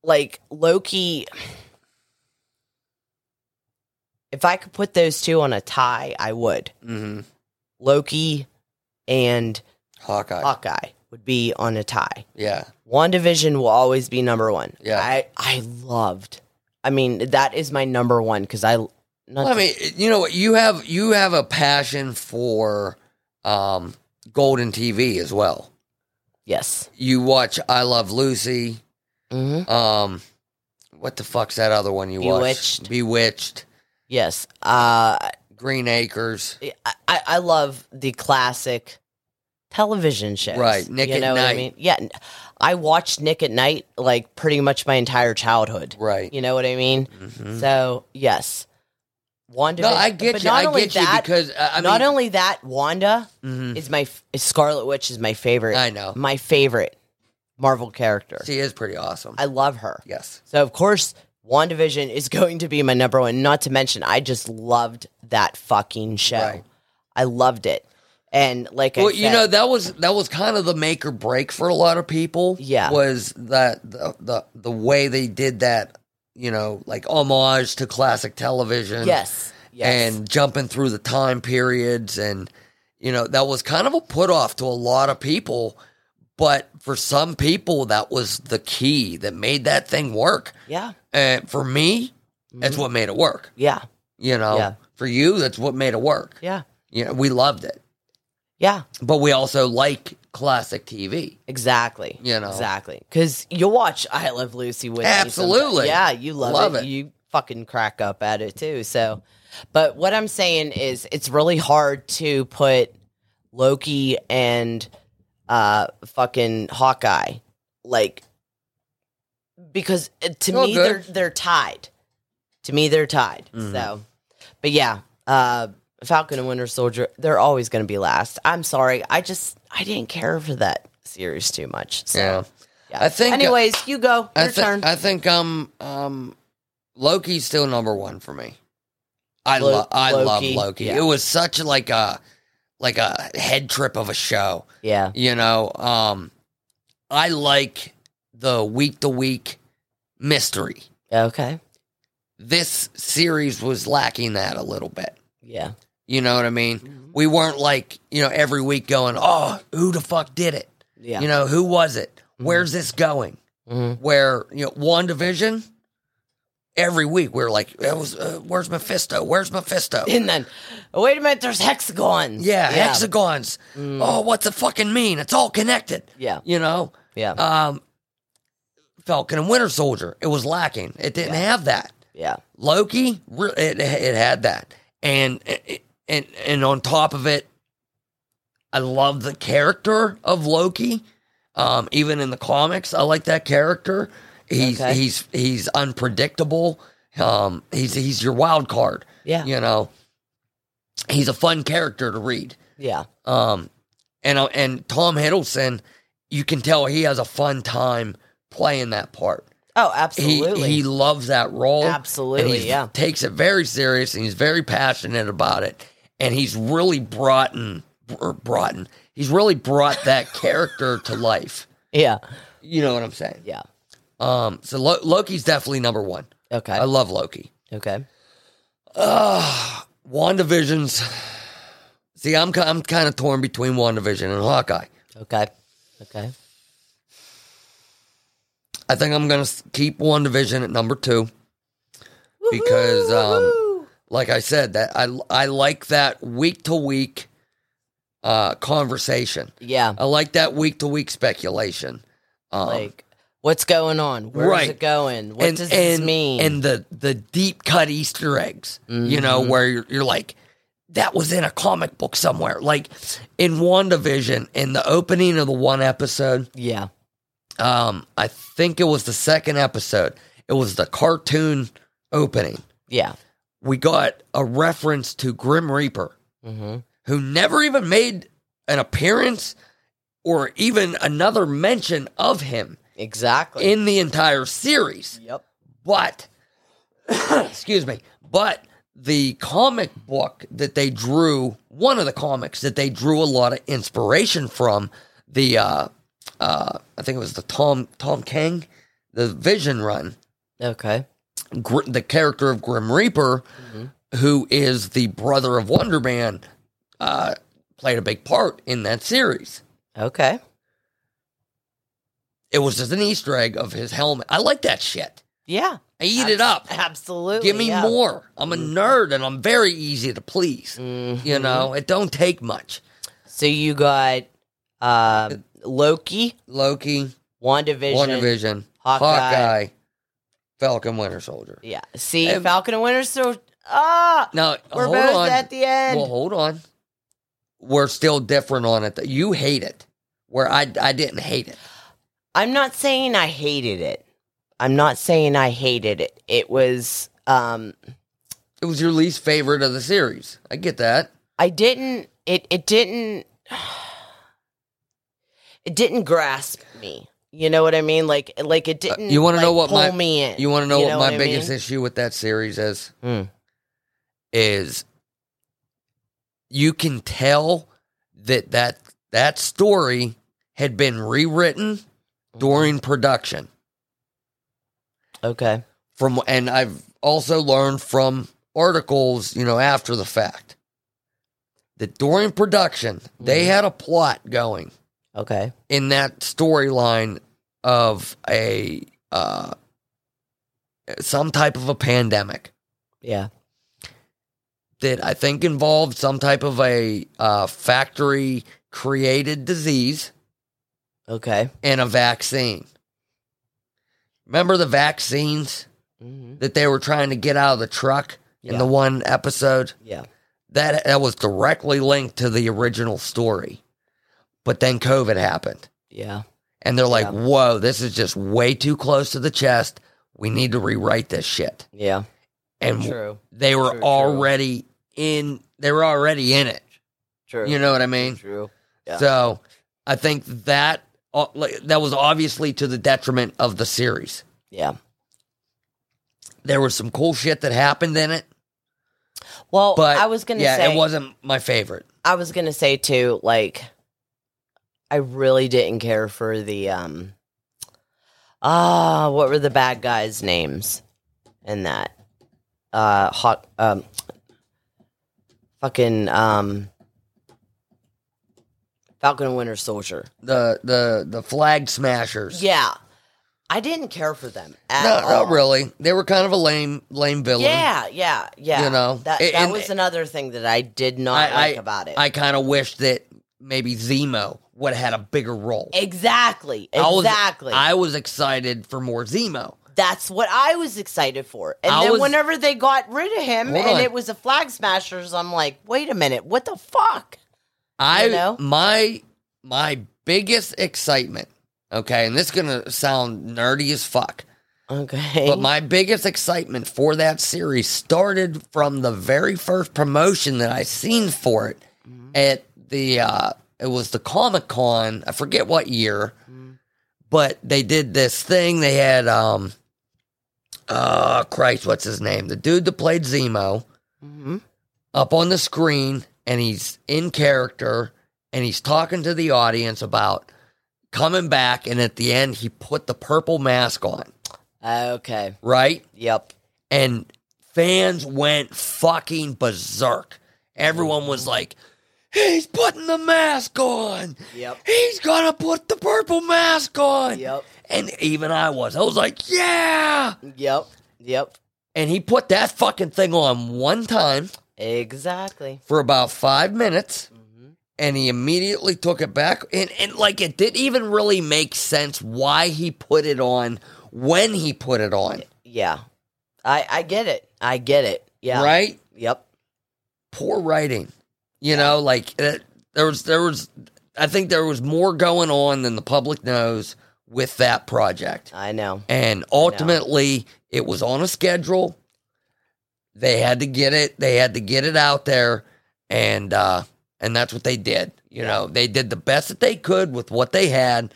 like Loki if I could put those two on a tie, I would. Mm-hmm. Loki and Hawkeye. Hawkeye would be on a tie. Yeah. WandaVision will always be number 1. Yeah. I I loved. I mean, that is my number 1 cuz I not Well, I mean, you know what? You have you have a passion for um, golden TV as well. yes. You watch I Love Lucy. Mhm. Um, what the fuck's that other one you watch? Bewitched. Bewitched. Yes. Uh Green Acres. I, I I love the classic television shows. Right, Nick you at know What I Night. mean? Yeah. n- I watched Nick at Night like pretty much my entire childhood. Right. You know what I mean? Mhm. So, yes. Wanda. No, I get but you. Not I only get that, you because uh, I not mean, only that, Wanda Mhm. is my f- is Scarlet Witch is my favorite. I know My favorite Marvel character. she is pretty awesome. I love her. yes. So of course, WandaVision is going to be my number one. Not to mention, I just loved that fucking show. Right. I loved it, and like I Well, said, you know that was that was kind of the make or break for a lot of people. Yeah. was that the the, the way they did that? You know, like homage to classic television. yes, yes, and jumping through the time periods and you know that was kind of a put off to a lot of people but for some people that was the key that made that thing work yeah, and Uh, for me that's what made it work yeah, you know Mm-hmm. Yeah. for you that's what made it work yeah, you know we loved it yeah. but we also like classic tv Exactly. You know. exactly because you'll watch I Love Lucy with me sometime. Absolutely. Yeah, you love, Love it. it. You fucking crack up at it too. So, but what I'm saying is, it's really hard to put Loki and uh fucking Hawkeye like because uh, to All me good. Mm-hmm. they're they're tied. To me, they're tied. So, but yeah, uh, Falcon and Winter Soldier, they're always going to be last. I'm sorry, I just I didn't care for that series too much. So, Yeah. yeah, I think- uh, Anyways, you go. Your I, thi- turn. I think um um Loki's still number one for me. I Lo- love I love Loki, Loki. yeah. It was such like a like a head trip of a show. yeah, You know, um I like the week to week mystery. okay, This series was lacking that a little bit. yeah, You know what I mean? We weren't like, you know, every week going, Oh, who the fuck did it? yeah, Mm-hmm. You know, who was it? Where's this going? Mhm. where you know one division every week we are like it was uh, where's mephisto where's mephisto And then, oh, wait a minute, there's hexagons. yeah, hexagons Mm. oh what's it fucking mean it's all connected yeah, you know yeah, um falcon and winter soldier it was lacking it didn't have that yeah, loki re- it, it had that and and and on top of it i love the character of loki um even in the comics i like that character he's Okay. he's he's unpredictable um he's he's your wild card yeah, yeah, you know he's a fun character to read yeah, um and uh, and tom hiddleston you can tell he has a fun time playing that part Oh, he absolutely. he loves that role Absolutely, and he yeah. takes it very serious and he's very passionate about it and he's really brought in, or brought in, he's really brought that character to life yeah, you know what i'm saying yeah. um so Lo- loki's definitely number one Okay, i love loki okay, uh wandavision's see i'm, ki- I'm kind of torn between wandavision and hawkeye okay, okay, i think i'm gonna s- keep wandavision at number two because um Woo! like I said, that I I like that week to week uh conversation. yeah. I like that week to week speculation. Um, like what's going on where's Right. it going what and- does this and- mean And the the deep cut Easter eggs, you know, Mm-hmm. where you're, you're like, that was in a comic book somewhere. Like in WandaVision, in the opening of the one episode, yeah um, I think it was the second episode. It was the cartoon opening. yeah we got a reference to Grim Reaper, Mm-hmm. who never even made an appearance or even another mention of him Exactly. in the entire series. yep. But, excuse me, but the comic book that they drew, one of the comics that they drew a lot of inspiration from, the, uh, uh, I think it was the Tom, Tom King, the Vision Run, Okay. Gr- the character of Grim Reaper, Mm-hmm. who is the brother of Wonder Man, uh, played a big part in that series. Okay. It was just an Easter egg of his helmet. I like that shit. Yeah. I eat it up. Absolutely. Give me yeah. Mm-hmm. more. I'm a nerd and I'm very easy to please. You know, it don't take much. So you got uh, Loki, Loki, WandaVision. WandaVision, Hawkeye. Hawkeye, Falcon, Winter Soldier. Yeah. See, And- Falcon and Winter Soldier. Ah, Now, we're hold both on. at the end. Well, hold on. We're still different on it. You hate it, where I I didn't hate it. I'm not saying I hated it. I'm not saying I hated it. It was um It was your least favorite of the series. I get that. I didn't it it didn't it didn't grasp me. You know what I mean? Like like it didn't Uh, you wanna like, know what pull my- me in. You want to know You what know my what I biggest mean? issue with that series is? Hmm. Is you can tell that that that story had been rewritten during production Okay. from and I've also learned from articles, you know, after the fact that during production they had a plot going Okay. in that storyline of a uh some type of a pandemic Yeah. that I think involved some type of a uh, factory created disease Okay. and a vaccine. Remember the vaccines hmm that they were trying to get out of the truck in the Yeah. one episode? Yeah. That that was directly linked to the original story. But then COVID happened. Yeah. And they're like, Yeah. whoa, this is just way too close to the chest. We need to rewrite this shit. Yeah. And True. they were True, true. already in they were already in it. True. You know what I mean? True. Yeah. So I think that uh, like, that was obviously to the detriment of the series. Yeah. There was some cool shit that happened in it, Well, but Oh, I was gonna yeah, say it wasn't my favorite. I was gonna say too, like I really didn't care for the um ah what were the bad guys' names in that uh hot um fucking um Falcon and Winter Soldier. The the the flag smashers. Yeah, I didn't care for them at no, all. not really. They were kind of a lame lame villain. Yeah, yeah, yeah. You know, that it- that and- was another thing that I did not I- I- like about it. I kind of wish that maybe Zemo would have had a bigger role. exactly, I was- E- exactly. I was excited for more Zemo. That's what I was excited for. And I then was- whenever they got rid of him Hold and on. it was the flag smashers, I'm like, wait a minute, what the fuck? I You know? my my biggest excitement. Okay, and this is gonna sound nerdy as fuck, Okay. but my biggest excitement for that series started from the very first promotion that I seen for it at the uh, it was the Comic Con. I forget what year, but they did this thing. They had um, uh, Christ, what's his name? The dude that played Zemo Mhm. up on the screen and he's in character and he's talking to the audience about coming back and at the end he put the purple mask on, Okay. right? Yep. And fans went fucking berserk. Everyone was like, "He's putting the mask on. Yep. He's gonna put the purple mask on." Yep. And even I was. I was like, "Yeah!" Yep. Yep. And he put that fucking thing on one time. Exactly. Mm-hmm. for about five minutes and he immediately took it back and, and like it didn't even really make sense why he put it on when he put it on Yeah. I I get it. I get it. Yeah. right Yep. poor writing you know like it, there was there was i think there was more going on than the public knows with that project I know. and ultimately it was on a schedule They had to get it. They had to get it out there, and uh, and that's what they did. You know, they did the best that they could with what they had.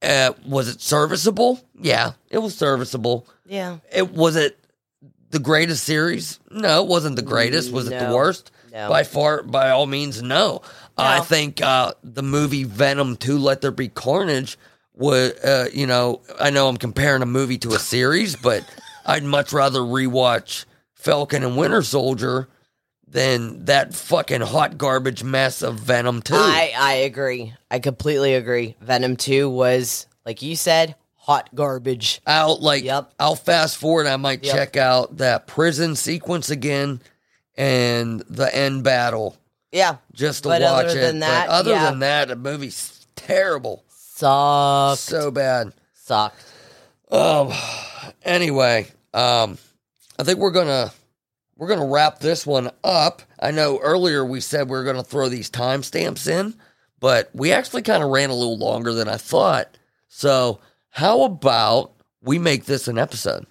Uh, was it serviceable? Yeah, it was serviceable. Yeah. It was it the greatest series? No, it wasn't the greatest. Was it the No. worst? No. By far, by all means, no. I Oh. No. think uh, the movie Venom Two: Let There Be Carnage was, uh, you know, I know I'm comparing a movie to a series, but I'd much rather rewatch Falcon and Winter Soldier than that fucking hot garbage mess of Venom Two. I, I agree. I completely agree. Venom 2 was, like you said, hot garbage. out like Yep. I'll fast forward. I might Yep. check out that prison sequence again and the end battle Yeah. just to But watch other it. than that, but other yeah. than that, the movie's terrible, Sucked. so bad. Sucked. Um. Anyway, um, I think we're gonna we're gonna wrap this one up. I know earlier we said we were gonna throw these timestamps in, but we actually kind of ran a little longer than I thought. So how about we make this an episode?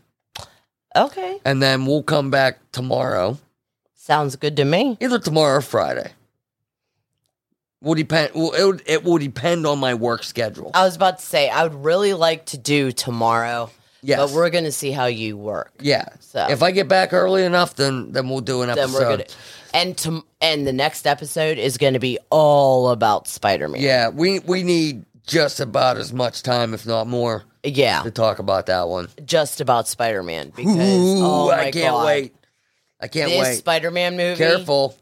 Okay. and then we'll come back tomorrow, Sounds good to me. either tomorrow or Friday. Will depend. Will, it, would- it will depend on my work schedule. I was about to say, I would really like to do tomorrow, yes. but we're going to see how you work. yeah. So- If I get back early enough, then then we'll do an Then episode. we're going to. And, to, and the next episode is going to be all about Spider Man. yeah, we we need just about as much time, if not more, Yeah. to talk about that one. Just about Spider Man. Because, Ooh, oh my I can't God. wait. I can't This wait. Spider Man movie. Careful.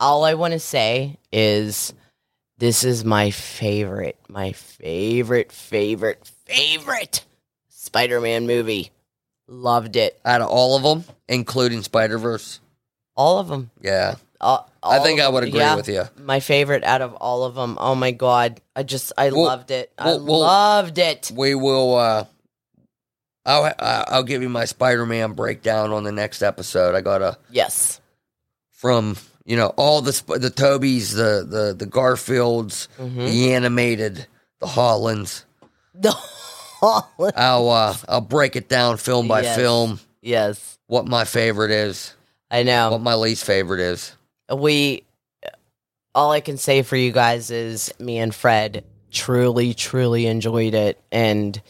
all I want to say is this is my favorite, my favorite, favorite, favorite Spider Man movie. Loved it. Out of all of them, including Spider Verse. All of them. Yeah, All, I think I would agree with you. you. My favorite out of all of them. Oh my God. I just, I Well, loved it. I well, well- loved it. we will uh I'll I- I'll give you my Spider-Man breakdown on the next episode. I got a Yes. from you know all the Sp- the Tobys, the the the Garfields, Hmm? Mm-hmm. the animated, the Hollands. I'll uh, I'll break it down film by Yes. film yes. what my favorite is, I what know. my least favorite is. We, all I can say for you guys is me and Fred truly, truly enjoyed it. And,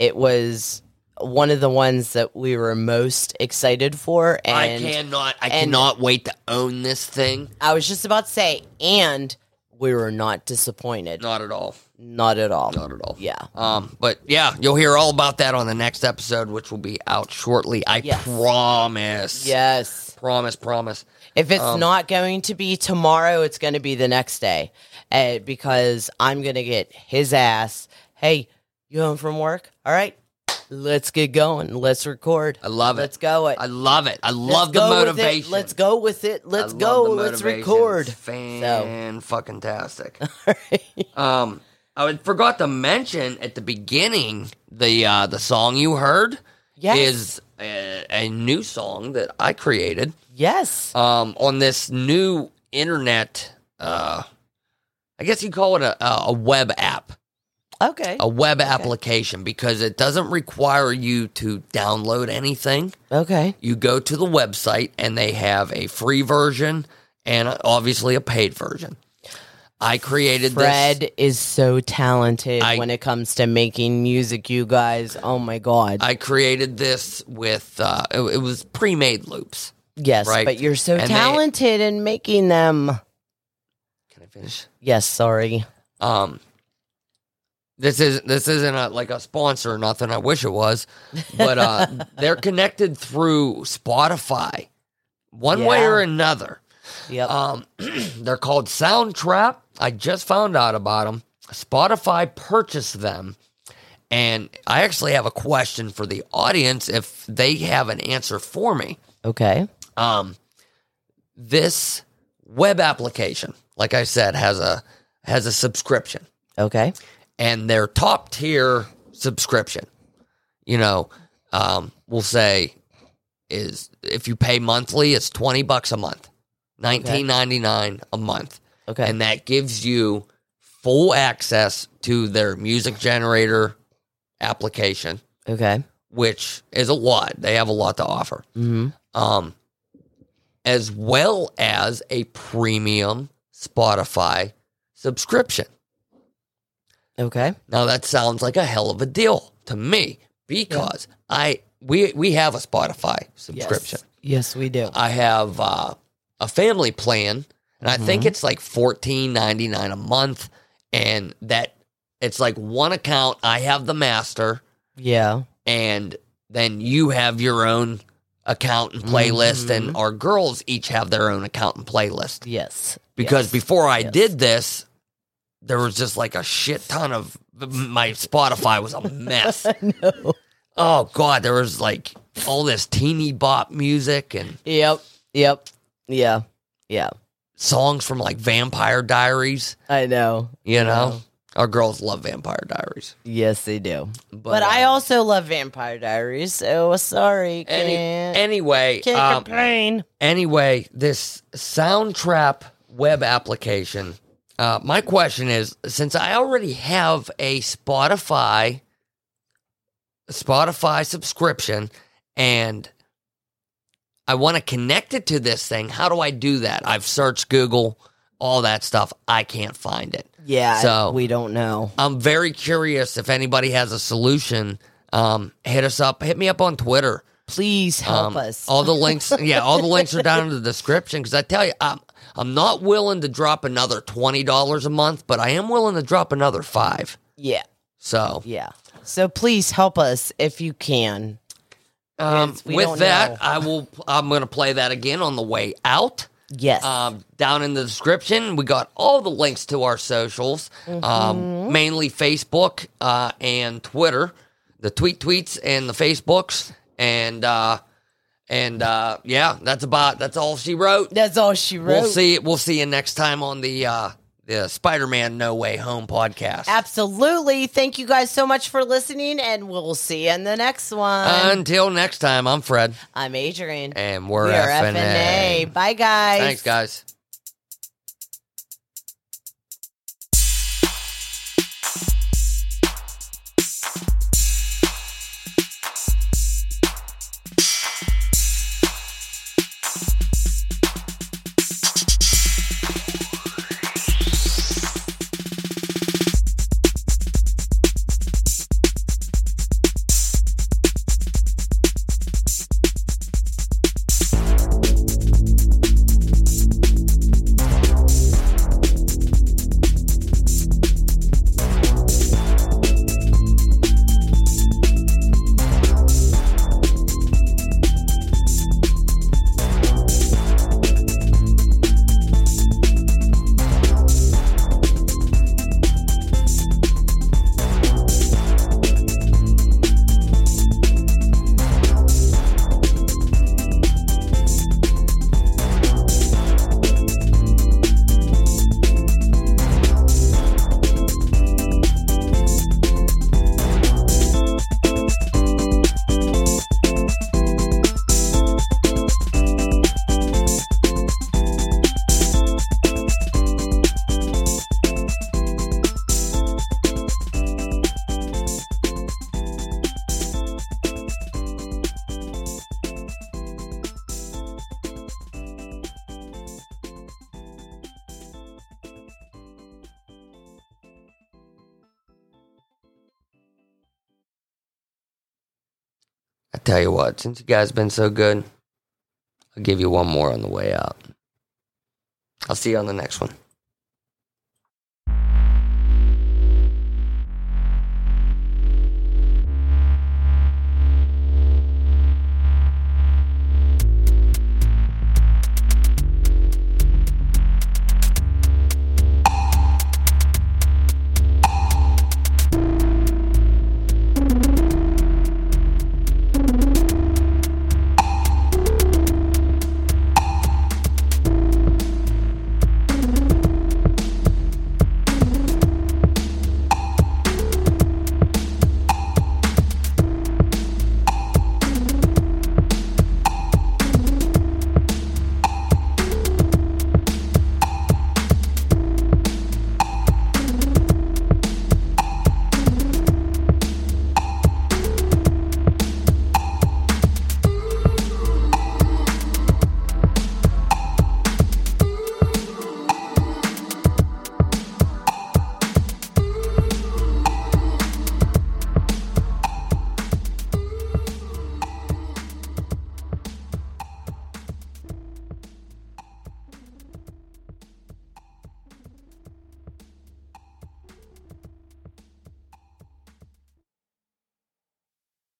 it was one of the ones that we were most excited for and I, cannot I and- wait to own this thing. was just about to say and we were not disappointed Not at all. not at all Not at all. yeah Um, but yeah, you'll hear all about that on the next episode, which will be out shortly. I Yes. promise. yes Promise, promise. if it's Um, not going to be tomorrow it's going to be the next day uh, because i'm going to get his ass hey you home from work all right let's get going let's record I love it. let's go it I love it. I Let's love the go with it. motivation. let's go with it let's I love go the let's motivation. record Fan fucking tastic. um, I would- forgot to mention at the beginning the uh, the song you heard Yes. is a, a new song that I created. yes um, on this new internet. Uh, I guess you call it a, a a web app, okay a web application, because it doesn't require you to download anything. okay You go to the website, and they have a free version and uh, obviously a paid version. I created Fred this. is so talented I- when it comes to making music, you guys. Oh my god. I created this with uh, it, it was pre-made loops. yes, right. but you're so And they- talented in making them. Can I finish? Yes, sorry. Um, this is this isn't a, like a sponsor or nothing. I wish it was, but uh, they're connected through Spotify, one way Yeah. or another. Yep. Um, they're called Soundtrap. I just found out about them. Spotify purchased them, and I actually have a question for the audience if they have an answer for me okay. um, this web application like i said has a has a subscription Okay. and their top tier subscription you know um, we'll say is if you pay monthly it's 20 bucks a month 19.99 a month Okay. and that gives you full access to their music generator application okay. which is a lot they have a lot to offer Mm-hmm. um, as well as a premium Spotify subscription. Okay. Now that sounds like a hell of a deal to me because I we we have a Spotify subscription. Yes, we do. I have uh, a family plan, and I think it's like fourteen ninety nine a month, and that it's like one account. I have the master, Yeah. and then you have your own account and playlist, and our girls each have their own account and playlist. Yes. Because Yes. before I Yes. did this, there was just like a shit ton of my Spotify was a mess. no. oh god, there was like all this teeny bop music and Yep. Yep. Yeah. Yeah. songs from like Vampire Diaries. I know. You know, our girls love Vampire Diaries, Yes, they do. but, But, I uh, also love Vampire Diaries, so sorry. Can't, any, anyway, can't um, complain. anyway, this Soundtrap web application. Uh, my question is, since I already have a Spotify Spotify subscription, and I want to connect it to this thing, how do I do that? I've searched Google, all that stuff. I can't find it. Yeah, So- we don't know. I'm very curious if anybody has a solution. Um, hit us up. Hit me up on Twitter. Please help Um, us. All the links, yeah, all the links are down in the description. Because I tell you, I'm I'm not willing to drop another twenty dollars a month, but I am willing to drop another five. yeah, So, yeah. So please help us if you can. um, Yes, we with don't that, know. I will. I'm going to play that again on the way out. Yes. Um, down in the description, we got all the links to our socials, Mm-hmm. um, mainly Facebook uh, and Twitter, the tweet tweets and the Facebooks, and uh, and uh, yeah, that's about that's all she wrote. That's all she wrote. We'll see. We'll see you next time on the uh, the Spider Man No Way Home podcast. Absolutely. Thank you guys so much for listening, and we'll see you in the next one. Until next time, I'm Fred, I'm Adrian. and we're, We are FNA. FNA. Bye, guys. Thanks, guys. I tell you what, since you guys been so good, I'll give you one more on the way out. I'll see you on the next one.